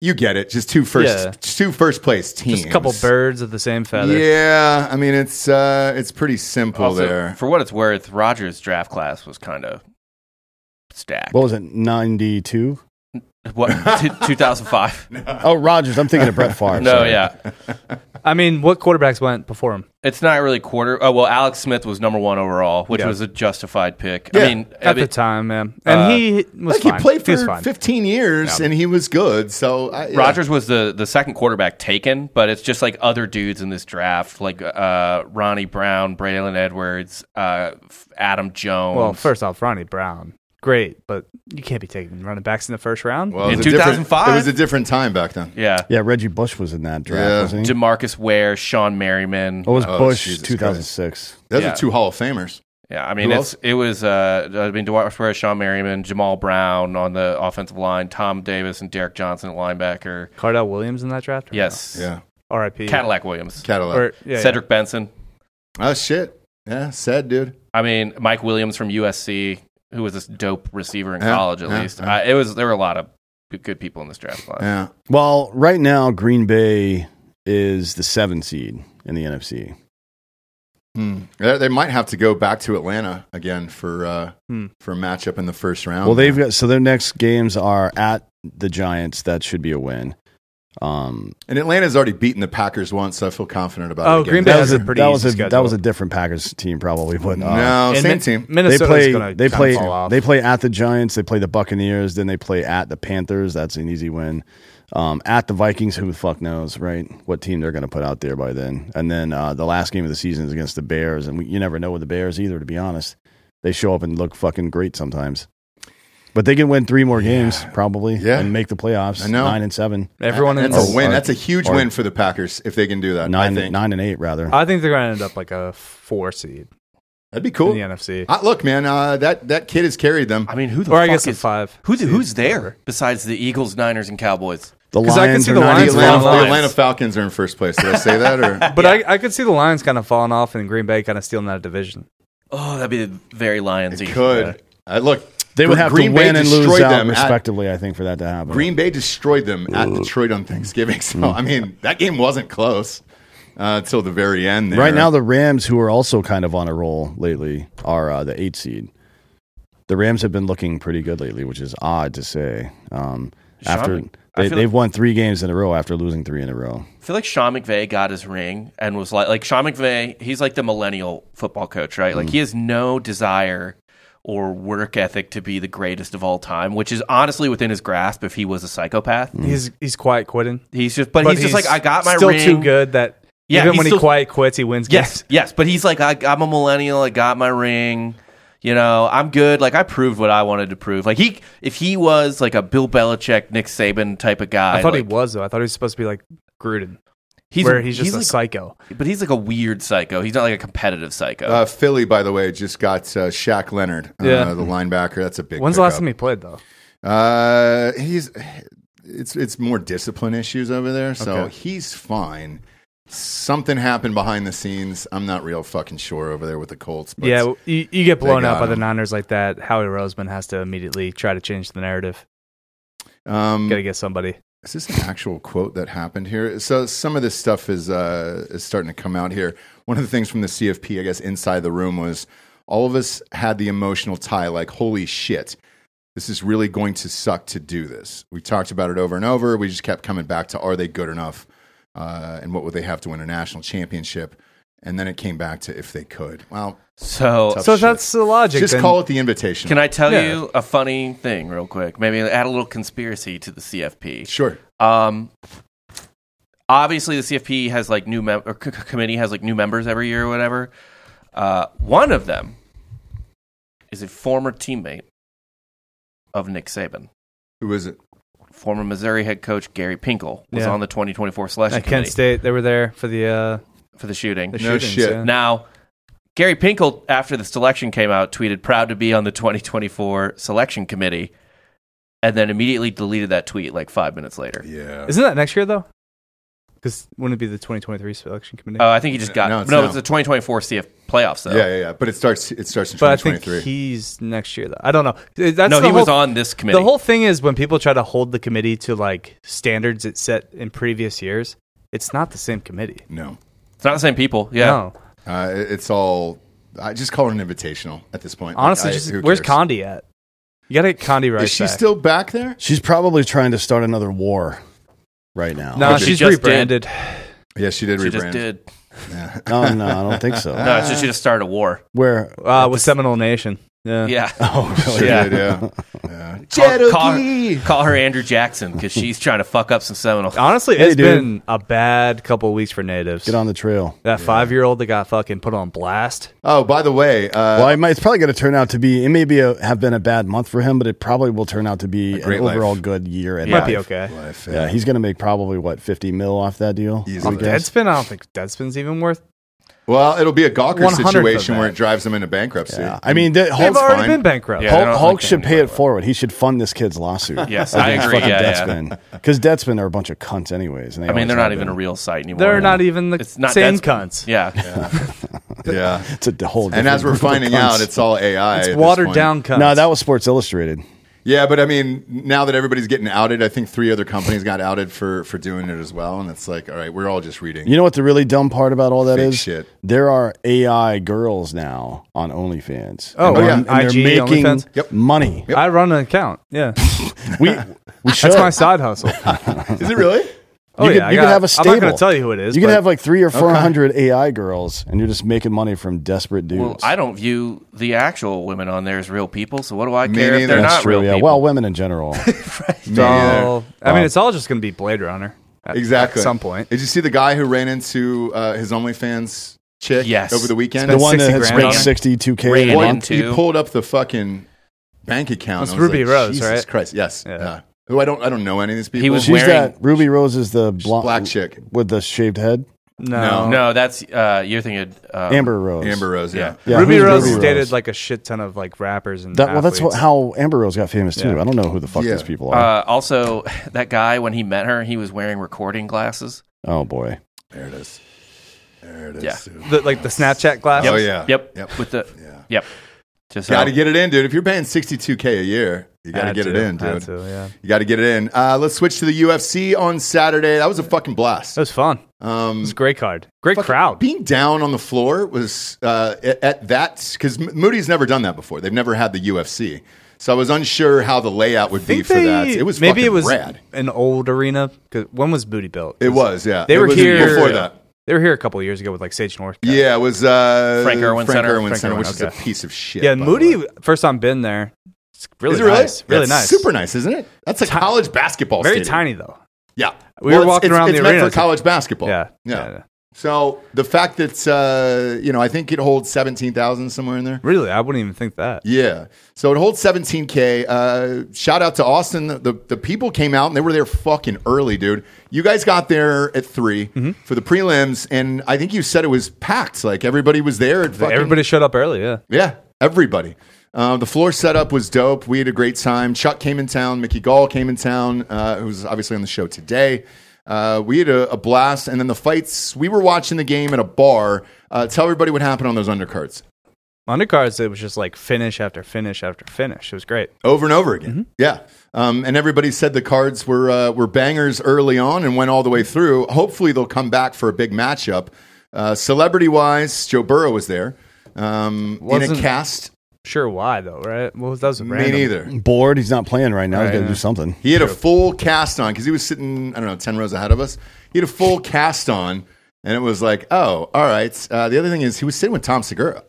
B: you get it, just two first,
D: Yeah.
B: two first place teams,
D: just a couple birds of the same feather.
B: Yeah, I mean it's uh, it's pretty simple
C: Also,
B: there.
C: For what it's worth, Rogers' draft class was kind of stacked.
E: what was it ninety two?
C: What? 2005.
E: Oh, Rogers. I'm thinking of Brett Favre.
C: No,
E: sorry.
C: yeah.
D: I mean, what quarterbacks went before him?
C: It's not really quarter. Oh well, Alex Smith was number one overall, which
D: Yeah.
C: was a justified pick.
B: Yeah.
C: I mean, I
D: At
C: mean-
D: the time, man. And
C: uh,
D: he was
B: Like he
D: fine.
B: played
D: He was
B: for
D: fine.
B: 15 years and he was good. So I, yeah.
C: Rodgers was the, the second quarterback taken, but it's just like other dudes in this draft, like uh, Ronnie Brown, Braylon Edwards, uh, f- Adam Jones.
D: Well, first off, Ronnie Brown, great, but you can't be taking running backs in the first round.
B: Well, it
C: In
B: was a different-
C: 2005?
B: it was a different time back then.
C: yeah.
E: Yeah, Reggie Bush was in that draft,
B: Yeah.
E: wasn't he?
C: Demarcus Ware, Sean Merriman.
E: What was
B: Oh,
E: Bush?
B: Jesus
E: 2006.
B: Those
C: Yeah.
B: are two Hall of Famers.
C: Yeah, I mean,
B: Who
C: it's,
B: else?
C: it was, uh, I mean, Dwight Ware, Sean Merriman, Jamal Brown on the offensive line, Tom Davis, and Derek Johnson at linebacker.
D: Cardell Williams in that draft? or
C: Yes.
B: Yeah,
D: no? R.I.P.
C: Cadillac Williams.
B: Cadillac.
D: Or- yeah, yeah.
C: Cedric Benson.
B: oh shit. Yeah, sad dude.
C: I mean, Mike Williams from USC, who was this dope receiver in
B: Yeah,
C: college, at
B: yeah,
C: least.
B: yeah.
C: Uh, it was, there were a lot of good- good people in this draft
E: Uh,
C: class.
B: Yeah,
E: Well, right now Green Bay is the seven seed in the NFC.
B: Hmm. They, they might have to go back to Atlanta again for uh,
D: Hmm.
B: for a matchup in the first round.
E: well, they've got so their next games are at the Giants. That should be a win. Um,
B: and Atlanta's already beaten the Packers once, so I feel confident about
D: Oh,
B: it. again.
D: Green Bay
E: that
D: has
E: was a,
D: a pretty
E: that was
D: easy
E: a
D: schedule.
E: that was a different Packers team probably, but uh,
B: No,
D: And
B: same
D: Min-
B: team.
E: They
D: Minnesota's
E: play.
D: gonna
E: They
D: kinda
E: play.
D: fall off.
E: They play at the Giants. They play the Buccaneers. Then they play at the Panthers. That's an easy win. Um, at the Vikings, who the fuck knows, right? What team they're going to put out there by then? And then uh, the last game of the season is against the Bears, and we, you never know with the Bears either. To be honest, they show up and look fucking great sometimes, but they can win three more games probably,
B: Yeah.
E: and make the playoffs.
B: I know.
E: nine and seven,
D: Everyone in
B: That's
D: this,
B: a win.
E: Or-
B: That's a huge
E: or-
B: win for the Packers if they can do that.
E: Oh, nine,
B: I think
E: nine and eight rather.
D: I think they're going to end up like a four seed
B: that'd be cool.
D: in the NFC,
B: Ah, look, man, uh, that that kid has carried them.
C: I mean, who the
D: or I
C: fuck
D: guess a
C: is
D: five.
C: Who the, who's there besides the Eagles, Niners, and Cowboys?
E: the
D: 'Cause I can
E: Lions
D: see
E: are
D: the
E: not
B: The
D: Lions
E: even-
B: Atlanta,
C: on the
B: the
C: lines.
B: Atlanta Falcons are in first place. Did I say that or?
D: But I, I could see the Lions kind of falling off and Green Bay kind of stealing that division.
C: Oh, that'd be the very Lions.
B: Could uh, look?
E: They would
B: Gr-
E: have
B: Green
E: to win
B: Bay
E: and lose
B: destroyed
E: out
B: them at-
E: respectively, I think, for that to happen.
B: Green Bay destroyed them at Detroit on Thanksgiving. So
E: Mm.
B: I mean, that game wasn't close uh, till the very end. There.
E: Right now, the Rams, who are also kind of on a roll lately, are uh, the eight seed. The Rams have been looking pretty good lately, which is odd to say. Um, after
C: Shocking. I
E: they,
C: feel
E: they've won three games in a row after losing three in a row.
C: I feel like Sean McVay got his ring and was like, like Sean McVay, he's like the millennial football coach, right?
D: Mm-hmm.
C: Like he has no desire or work ethic to be the greatest of all time, which is honestly within his grasp if he was a psychopath.
B: Hmm.
D: He's he's quiet quitting,
C: He's just, but, he's, just like, I got my
D: Mm-hmm. still
C: ring.
D: too good that
C: Yeah,
D: even
C: he's
D: when
C: still-
D: he quiet quits, he wins.
C: Yes,
D: games.
C: yes, but he's like, I, I'm a millennial. I got my ring. You know, I'm good. Like I proved what I wanted to prove. Like he, if he was like a Bill Belichick, Nick Saban type of guy,
D: I thought he
C: like,
D: was though. I thought he was supposed to be like Gruden,
C: He's
D: where he's just a
C: like,
D: psycho.
C: but he's like a weird psycho. He's not like a competitive psycho.
B: uh, Philly, by the way, just got uh, Shaq Leonard, uh,
D: Yeah.
B: the linebacker. That's a big.
D: When's the last
B: pickup.
D: time he played though?
B: Uh, he's it's it's more discipline issues over there, so
D: Okay.
B: he's fine. Something happened behind the scenes. I'm not real fucking sure over there with the Colts. But
D: yeah, you, you get blown
B: got
D: out by the
B: him.
D: Niners like that. Howie Roseman has to immediately try to change the narrative.
B: um,
D: Got to get somebody.
B: is this an actual quote that happened here? So some of this stuff is uh, is starting to come out here. One of the things from the CFP, I guess, inside the room was all of us had the emotional tie, like holy shit, this is really going to suck to do this. We talked about it over and over. We just kept coming back to are they good enough, uh, and what would they have to win a national championship? And then it came back to if they could. Well,
C: so
B: tough
D: So
B: shit.
D: that's the logic.
B: just
D: then.
B: call it the invitation.
C: Can I tell
D: Yeah.
C: you a funny thing real quick? Maybe add a little conspiracy to the CFP.
B: Sure.
C: Um, obviously the CFP has like new mem- or c- c- committee has like new members every year or whatever. Uh, one of them is a former teammate of Nick Saban,
B: Who is it?
C: former Missouri head coach Gary Pinkel was
D: Yeah.
C: on the 2024 selection
D: At Kent
C: committee
D: State, they were there for the uh,
C: for the shooting.
D: the
B: No
D: shootings,
B: shit.
D: yeah.
C: Now, Gary Pinkel, after the selection came out, tweeted, proud to be on the 2024 selection committee, and then immediately deleted that tweet like five minutes later.
B: Yeah.
D: Isn't that next year though? Because wouldn't it be the 2023 selection committee?
C: Oh,
B: Uh,
C: I think he just got
B: No,
C: no.
B: it's
C: It's,
B: now.
C: the 2024 CF playoffs though.
B: yeah, yeah, yeah. But it starts. It starts in
D: but I
B: 2023.
D: think he's next year though. I don't know. That's
C: no,
D: the
C: he was
D: whole-
C: on this committee.
D: The whole thing is when people try to hold the committee to like standards it set in previous years, it's not the same committee.
B: no.
C: it's not the same people. Yeah.
D: No,
B: Uh, it- it's all. I just call it an invitational at this point. Like,
D: honestly,
B: I-
D: just
B: who
D: where's
B: cares?
D: Condi at? You gotta get Condi right.
B: Is she
D: back.
B: still back there?
E: She's probably trying to start another war right now.
D: No,
C: Which she
D: she's
C: just did.
D: rebranded.
B: Yeah, she did
C: She
B: rebrand.
C: just did.
E: um, No, no, I don't think so.
C: No, it's just she just started a war.
E: Where?
D: Uh, with Seminole Nation. Yeah.
C: Yeah.
E: Oh, really?
B: She
C: Yeah.
B: did, yeah. yeah.
C: Call, call, her, call her Andrew Jackson because she's trying to fuck up some Seminole.
D: Honestly,
E: Hey,
D: it's
E: dude.
D: been a bad couple weeks for natives.
E: Get on the trail.
D: That five year old that got fucking put on blast.
B: Oh, by the way, uh,
E: Well, I might, it's probably going to turn out to be. It may be a, have been a bad month for him, but it probably will turn out to be an
B: great life.
E: overall good year. At
D: Might be
E: life.
D: okay.
B: life,
E: Yeah, he's going to make probably what fifty mil off that deal.
B: Easily.
E: I guess.
D: Deadspin, I don't think Deadspin's even worth.
B: Well, it'll be a Gawker
D: 100th of
B: situation where
D: that.
B: it drives them into bankruptcy.
E: Yeah. I mean, that,
D: They've
E: Hulk,
D: already
B: fine.
D: been bankrupt.
C: Yeah. they
E: Hulk,
C: don't
E: Hulk
C: think
E: should
C: they
E: pay
C: would.
E: it forward. He should fund this kid's lawsuit.
C: Yes, I
E: against
C: agree.
E: fucking
C: Yeah, yeah.
E: Deadspin. Because Deadspin are a bunch of cunts, anyways. and they
C: I mean,
E: always
C: they're not
E: have
C: even
E: been.
C: a real site anymore.
D: They're not even the
C: It's not
D: same
C: Deadspin.
D: cunts.
C: Yeah.
B: yeah.
E: It's a whole.
B: And
E: different
B: as we're
E: group of
B: finding
E: cunts.
B: out, it's all AI. at
D: It's
B: this
D: watered
B: point.
D: down cunts.
E: no, that was Sports Illustrated.
B: Yeah, but I mean, now that everybody's getting outed, I think three other companies got outed for for doing it as well. And it's like, all right, we're all just reading.
E: You know what the really dumb part about all that
B: Fake
E: is?
B: shit.
E: There are AI girls now on OnlyFans.
D: Oh,
E: and
D: yeah.
E: and they're
D: IG,
E: making
D: OnlyFans?
B: Yep.
E: money.
D: I run an account. Yeah.
E: We we should.
D: That's my side hustle.
B: Is it really?
D: Oh,
E: you
D: yeah. I
E: could, you could
D: got-
E: have a stable.
D: I'm not going to tell you who it is.
E: You could
D: but
E: have like three or four hundred AI girls, and you're just making money from desperate dudes.
C: Well, I don't view the actual women on there as real people, so what do I
B: Me
C: care if
B: neither.
C: they're
E: That's
C: not
E: true,
C: real
E: yeah.
C: people?
E: Well, women in general.
B: Me
D: it's
B: neither.
D: all- I mean, it's all just going to be Blade Runner. at-
B: Oh. Exactly.
D: At some point.
B: Did you see the guy who ran into uh, his OnlyFans chick
C: Yes.
B: over the weekend?
E: the
D: Spent
E: one
D: 60
E: that has
D: grand
E: spent
D: on it.
E: sixty two k
C: Ran
E: a
B: Boy,
E: month.
C: into-
B: he pulled up the fucking bank account.
D: That's
B: I was
D: Ruby
B: like,
D: Rose,
B: Jesus
D: right?
B: Christ. Yes.
D: Yeah.
B: Yeah. Who I don't I don't know any of these people.
C: He was
E: She's
C: wearing-
E: that Ruby Rose is the blonde,
B: black chick.
E: with the shaved head.
D: No.
C: no, that's uh, you're thinking um,
E: Amber Rose.
B: Oh, Amber Rose. Yeah.
E: Yeah,
D: Ruby
E: who's
D: Rose
E: Ruby
D: dated like a shit ton of like rappers and
E: That, well, that's what,
D: athletes.
E: how Amber Rose got famous too.
D: Yeah.
E: I don't know who the fuck
B: Yeah.
E: these people are.
C: Uh, also, that guy when he met her, he was wearing recording glasses.
E: oh boy,
B: There it is. There it is.
C: Yeah.
B: dude.
D: the, like the Snapchat glass.
B: Oh yeah.
C: Yep.
B: Yep.
C: With the
B: Yeah.
C: yep. Just
B: Got to
C: how-
B: get it in, dude. If you're paying 62k a year, you got to
D: Had
B: get it in, dude.
D: Had to, yeah.
B: You got to get it in. Uh, let's switch to the UFC on Saturday. That was a fucking blast.
D: It was fun. It
B: Um,
D: was a great card. Great
B: fucking-
D: crowd.
B: Being down on the floor was uh, at, at that because Moody's never done that before. They've never had the UFC, so I was unsure how the layout would be
D: Think
B: for
D: they-
B: that. It was
D: maybe it
B: fucking
D: was
B: rad.
D: an old arena. 'Cause when was Booty built?
B: It was, yeah.
D: They
B: It
D: were
B: was
D: here
B: before that.
D: They were here a couple of years ago with like Sage North.
B: Yeah, it was uh,
C: Frank Irwin
B: Frank
C: Center.
B: Irwin
D: Frank
B: Center,
D: Irwin,
B: which is
D: okay.
B: a piece of shit.
D: yeah.
B: by
D: And
B: the
D: Moody,
B: way.
D: first time been there. It's really
B: Is it really?
D: nice. Really
B: That's
D: nice.
B: Super nice, isn't it? That's a college basketball.
D: Very
B: stadium.
D: tiny though.
B: Yeah,
D: We were
B: it's-
D: walking
B: it's,
D: around
B: it's
D: the
B: meant
D: arena.
B: for college basketball.
D: Yeah.
B: yeah. So the fact that uh, you know, I think it holds seventeen thousand somewhere in there.
D: Really, I wouldn't even think that.
B: Yeah. So it holds 17K. Uh, shout out to Austin. The, the, the people came out and they were there fucking early, dude. You guys got there at 3 for the prelims, and I think you said it was packed. Like everybody was there. At fucking,
D: Everybody showed up early. Yeah.
B: Yeah, everybody. Uh, the floor setup was dope. We had a great time. Chuck came in town. Mickey Gall came in town, uh, who's obviously on the show today. Uh, we had a, a blast. And then the fights, we were watching the game at a bar. Uh, tell everybody what happened on those undercards.
D: Undercards. It was just like finish after finish after finish. It was great.
B: over and over
E: Mm-hmm.
B: again. Yeah, um, and everybody said the cards were uh, were bangers early on and went all the way through. Hopefully, they'll come back for a big matchup. Uh, celebrity wise, Joe Burrow was there um, in
D: Wasn't-
B: a cast.
D: Sure, why though? Right? Well, that was
B: Me
D: random.
B: neither.
E: bored. He's not playing right now. he's
D: Right,
E: got to
D: yeah.
E: do something.
B: He had a full cast on because he was sitting, I don't know, 10 rows ahead of us. He had a full cast on, and it was like, oh, all right. Uh, the other thing is, he was sitting with Tom Segura.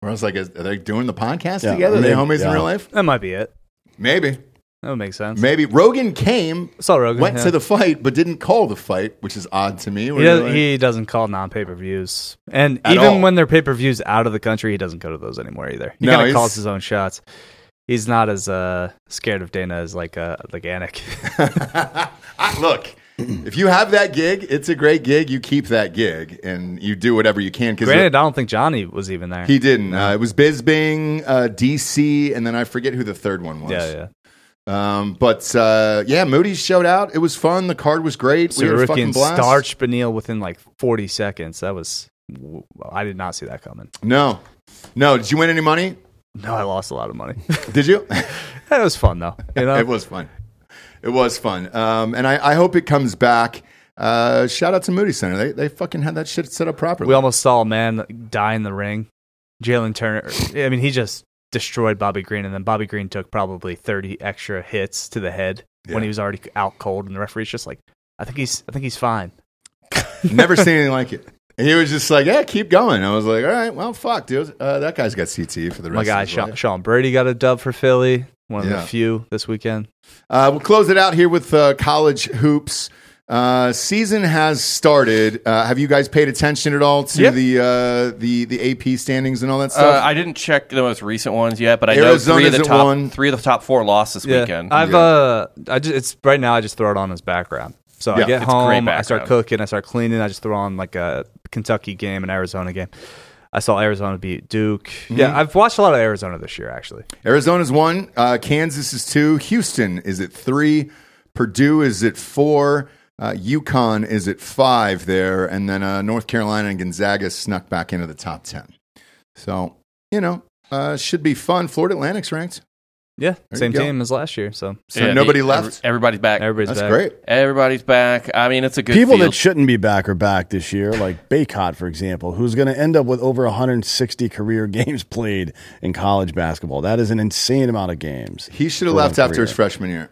B: Where I was like, is, are they doing the podcast
E: Yeah,
B: together? Are they
E: maybe,
B: homies in
E: yeah.
B: real life?
D: That might be it.
B: Maybe.
D: That would make sense.
B: Maybe. Rogan came
D: Saw Rogan.
B: went
D: yeah.
B: to the fight but didn't call the fight, which is odd to me.
D: He,
B: Where you're
D: does,
B: like-
D: he doesn't call non pay per views, and
B: At
D: even
B: all.
D: when they're pay per views out of the country, he doesn't go to those anymore either. He
B: No,
D: kind
B: he's-
D: of calls his own shots. He's not as uh, scared of Dana as like uh, like Anik.
B: I- Ah, look, if you have that gig, it's a great gig. You keep that gig and you do whatever you can because
D: Granted, I don't think Johnny was even there.
B: he didn't. Uh, it was Bisbing, uh, DC, and then I forget who the third one was.
D: yeah, yeah.
B: Um, but uh, yeah, Moody showed out. It was fun. The card was great. we had a fucking
D: Sarukian
B: blast.
D: starched Benil within like forty seconds. That was well, I did not see that coming.
B: No, no. Did you win any money?
D: No, I lost a lot of money.
B: Did you?
D: that was fun though. You know,
B: it was fun. It was fun. Um, and I, I hope it comes back. Uh, shout out to Moody Center. They, they fucking had that shit set up properly.
D: we almost saw a man die in the ring. Jalen Turner. I mean, he just destroyed Bobby Green, and then Bobby Green took probably thirty extra hits to the head
B: Yeah.
D: when he was already out cold, and the referee's just like, "I think he's, I think he's fine."
B: Never seen anything like it. And he was just like, yeah, keep going. I was like, all right, well, fuck, dude. Uh, that guy's got CTE for the rest
D: My
B: of
D: guy,
B: his
D: Sean,
B: life.
D: Sean Brady got a dub for Philly. One of
B: Yeah.
D: the few this weekend.
B: Uh, we'll close it out here with uh, college hoops. Uh, season has started. Uh, have you guys paid attention at all to
C: Yeah.
B: the uh, the the AP standings and all that
C: Uh,
B: stuff?
C: I didn't check the most recent ones yet, but I know three
B: Arizona's
C: of the
B: at
C: top
B: one.
C: three of the top four lost this weekend.
D: I've uh, I just it's right now. I just throw it on as background. So
B: Yeah,
D: I get
B: it's
C: great
D: home, I start
C: background.
D: cooking, I start cleaning, I just throw on like a Kentucky game, an Arizona game. I saw Arizona beat Duke.
B: Mm-hmm.
D: Yeah, I've watched a lot of Arizona this year actually.
B: Arizona's one, uh, Kansas is two, Houston is at three, Purdue is at four, uh, UConn is at five there, and then uh, North Carolina and Gonzaga snuck back into the top 10. So, you know, uh, should be fun. Florida Atlantic's ranked.
D: Yeah,
B: you
D: same
B: go.
D: team as last year. So
B: So nobody
C: every-
B: left?
C: Everybody's back.
D: everybody's
B: That's
D: back.
B: great.
C: Everybody's back. I mean, it's a good
E: People
C: field.
E: that shouldn't be back are back this year, like Baycott, for example, who's going to end up with over 160 career games played in college basketball. That is an insane amount of games.
B: He should have
E: For
B: left
E: one
B: after his
E: career.
B: freshman year.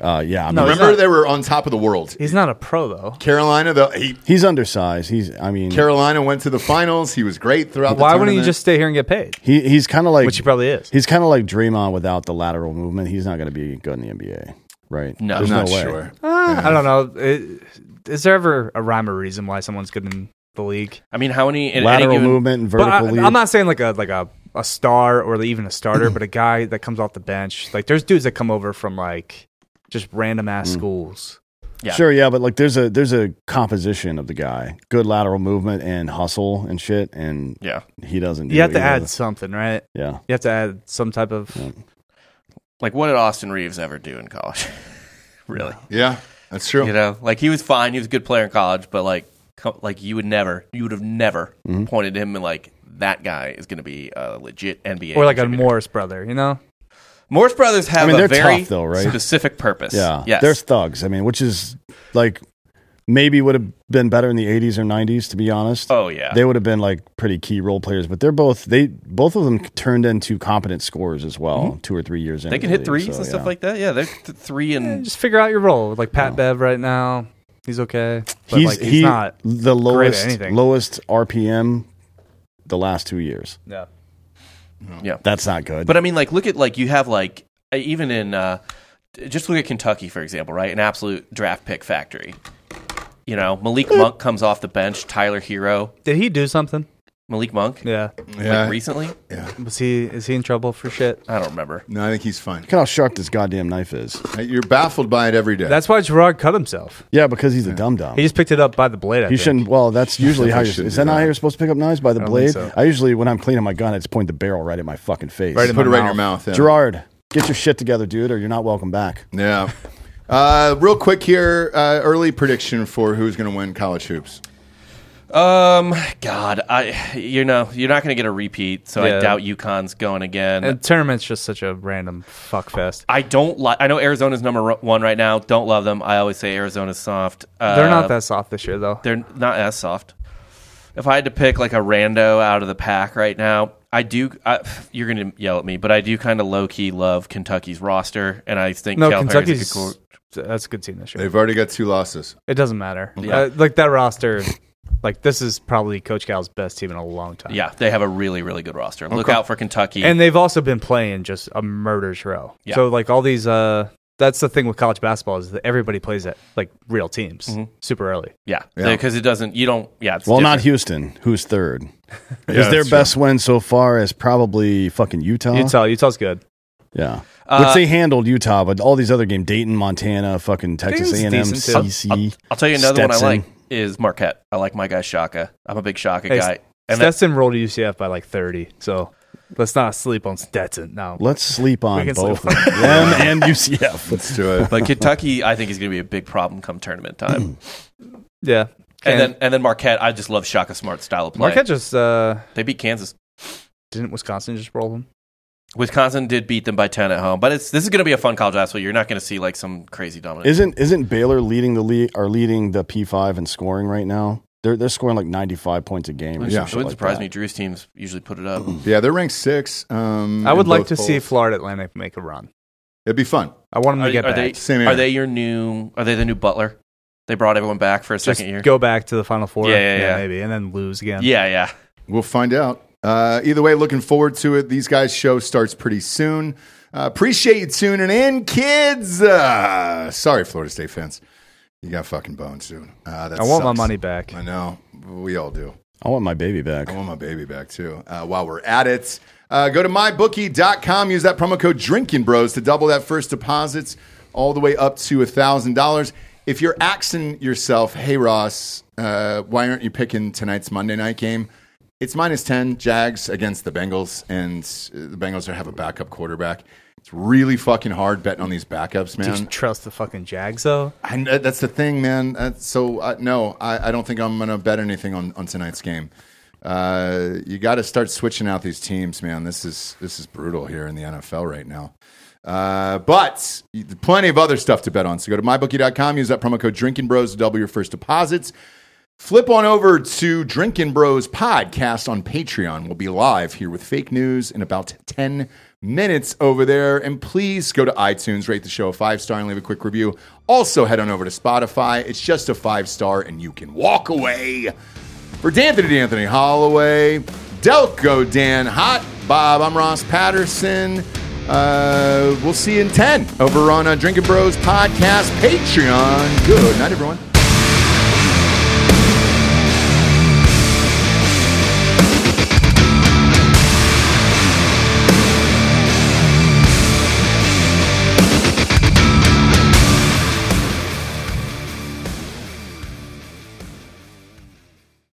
E: Uh, yeah, I mean,
D: he's
B: Remember,
D: not.
B: they were on top of the world.
D: He's not a pro though.
B: Carolina, the, he,
E: he's undersized. He's, I mean,
B: Carolina went to the finals. He was great throughout the
D: Why wouldn't he
B: tournament.
D: just stay here and get paid?
E: he, he's kind of like
D: Which he probably is.
E: He's kind of like Draymond without the lateral movement. He's not going to be good in the NBA, right?
C: No,
E: There's
B: I'm not
E: way.
B: sure.
D: Ah, I don't know. Is there ever a rhyme or reason why someone's good in the league?
C: I mean, how many in any
E: Lateral
C: given,
E: movement and
D: But
E: vertical
D: I,
E: leap.
D: I'm not saying like a like a, a star or even a starter, but a guy that comes off the bench. Like there's dudes that come over from like just random
E: Mm.
D: ass schools.
C: Yeah.
E: Sure, yeah, but like there's a there's a composition of the guy. Good lateral movement and hustle and shit, and
C: Yeah,
E: he doesn't. Do
D: You have to
E: either
D: add
E: of
D: something, right?
E: the- Yeah,
D: You have to add some type of.
C: like what did Austin Reeves ever do in college? really?
B: Yeah, that's true.
C: You know, like he was fine. He was a good player in college, but like, co- like you would never, you would have never
E: Mm-hmm.
C: pointed to him and like that guy is going to be a legit NBA
D: Or like a
C: contributor.
D: Morris brother, you know?
C: Morse brothers have
E: I mean,
C: a
E: they're
C: very
E: tough, though, right?
C: specific purpose.
E: yeah.
C: yes.
E: They're thugs. I mean, which is like maybe would have been better in the 80s or 90s, to be honest.
C: oh yeah.
E: They would have been like pretty key role players, but they're both they both of them turned into competent scorers as well. Two or three years in,
C: Mm-hmm. they can hit threes and stuff like that. Yeah, they're th- three and
D: Just figure out your role. Like Pat Bev right now, he's okay. But
E: he's
D: like, he's
E: he,
D: not.
E: the
D: at
E: lowest
D: anything.
E: lowest RPM the last two years.
D: Yeah.
E: That's not good.
C: But I mean, like, look at like you have like even in uh, just look at Kentucky for example, right? An absolute draft pick factory. You know, Malik Monk comes off the bench. Tyler Hero,
D: Did he do something?
C: Malik Monk,
D: Yeah.
B: Yeah.
C: like recently.
D: Was he is he in trouble for shit?
C: I don't remember.
B: No, I think he's fine.
E: Look at how sharp this goddamn knife is.
B: You're baffled by it every day.
D: That's why Gerard cut himself.
E: Yeah, because he's a dum dum.
D: He just picked it up by the blade. I
E: You
D: think.
E: shouldn't. Well, that's usually how
B: Definitely
E: you're.
B: shouldn't
E: Is
B: do
E: that not
B: that.
E: how you're supposed to pick up knives by the
D: don't think
E: blade?
D: so.
E: I usually, when I'm cleaning my gun, I just point the barrel right at my fucking face.
D: Right in
B: Put it
D: my
B: right in
D: mouth.
B: your mouth. Yeah.
E: Gerard, get your shit together, dude, or you're not welcome back.
B: Yeah. Uh, real quick here, uh, early prediction for who's going to win college hoops.
C: Um, God, I you know you're not going to get a repeat, so I
D: Yeah.
C: doubt UConn's going again.
D: And tournament's just such a random fuck fest.
C: I don't like. I know Arizona's number ro- one right now. Don't love them. I always say Arizona's soft. Uh,
D: They're not that soft this year, though.
C: They're not as soft. If I had to pick like a rando out of the pack right now, I do. I, you're going to yell at me, but I do kind of low key love Kentucky's roster, and I think
D: No,
C: Cal Perry's a
D: Kentucky's
C: good
D: that's a good team this year.
B: They've already got two losses.
D: It doesn't matter.
C: Yeah.
D: Uh, like that roster, like this is probably Coach Cal's best team in a long time.
C: cor- yeah, they have a really really good roster. Look
B: Okay.
C: out for Kentucky.
D: and they've also been playing just a murder's row.
C: Yeah.
D: So like all these, uh, that's the thing with college basketball is that everybody plays at like real teams
C: Mm-hmm.
D: super early.
C: yeah,
B: Yeah.
C: because it doesn't. You don't. Yeah, it's
E: Well, not
C: different.
E: Houston, who's third.
B: Yeah,
E: is their
B: that's true.
E: best win so far is probably fucking Utah.
D: Utah, Utah's good.
E: Yeah,
C: Uh,
E: which they handled Utah, but all these other games, Dayton, Montana, fucking Texas A
D: Dayton's
E: and M,
D: decent, too.
E: CC.
C: I'll tell you another
E: Stetson.
C: one I like is Marquette. I like my guy Shaka. I'm a big Shaka
D: Hey,
C: guy. And that-
D: Stetson rolled UCF by like thirty. So let's not sleep on Stetson. No,
E: Let's sleep on
D: can
E: both
D: sleep
E: of them and UCF.
B: Let's do it.
C: but Kentucky, I think is going to be a big problem come tournament time.
D: yeah.
C: and then and then Marquette, I just love Shaka Smart's style of play.
D: Marquette just uh,
C: they beat Kansas.
D: didn't Wisconsin just roll them?
C: Mm-hmm. Wisconsin did beat them by ten at home, but it's this is going to be a fun college basketball. You're not going to see like some crazy dominance.
E: Isn't isn't Baylor leading the league or leading the P five in scoring right now? They're they're scoring like ninety five points a game. Or
C: It
E: yeah,
C: wouldn't surprise me. Drew's teams usually put it up.
B: Yeah, they're ranked six. Um,
D: I
B: in
D: would like
B: both
D: to see
B: polls.
D: Florida Atlantic make a run.
B: It'd be fun.
D: I want them
C: Are,
D: to get
C: are
D: back.
C: they
B: Same
C: are
B: era.
C: they your new are they the new Butler? They brought everyone back for a
D: Just
C: second year.
D: go back to the final four.
C: Yeah, yeah, yeah.
D: maybe, and then lose again.
C: Yeah, yeah.
B: We'll find out. Uh, either way, looking forward to it. These guys' show starts pretty soon. Uh, appreciate you tuning in, kids. Uh, sorry, Florida State fans. You got fucking boned soon. Uh, that
D: I want my
B: sucks.
D: money back.
B: I know. We all do.
E: I want my baby back.
B: I want my baby back too. Uh, while we're at it, uh, go to mybookie.com. Use that promo code Drinking Bros to double that first deposits all the way up to thousand dollars. If you're axing yourself, hey Ross, uh, why aren't you picking tonight's Monday night game? It's minus ten Jags against the Bengals, and uh, the Bengals are have a backup quarterback. It's really fucking hard betting on these backups, man.
D: Do you trust the fucking Jags though?
B: I, uh, that's the thing, man. Uh, so uh, no, I, I don't think I'm going to bet anything on, on tonight's game. Uh, you got to start switching out these teams, man. This is this is brutal here in the NFL right now. Uh, but plenty of other stuff to bet on. So go to mybookie.com, use that promo code Drinking Bros to double your first deposits. Flip on over to Drinking Bros podcast on Patreon. We'll be live here with fake news in about 10 minutes over there. And please go to iTunes, rate the show a five star, and leave a quick review. Also, head on over to Spotify. It's just a five star, and you can walk away. For D'Anthony D'Anthony Holloway, Delco Dan Hot, Bob, I'm Ross Patterson. Uh, we'll see you in 10 over on uh, Drinking Bros podcast Patreon. Good night, everyone.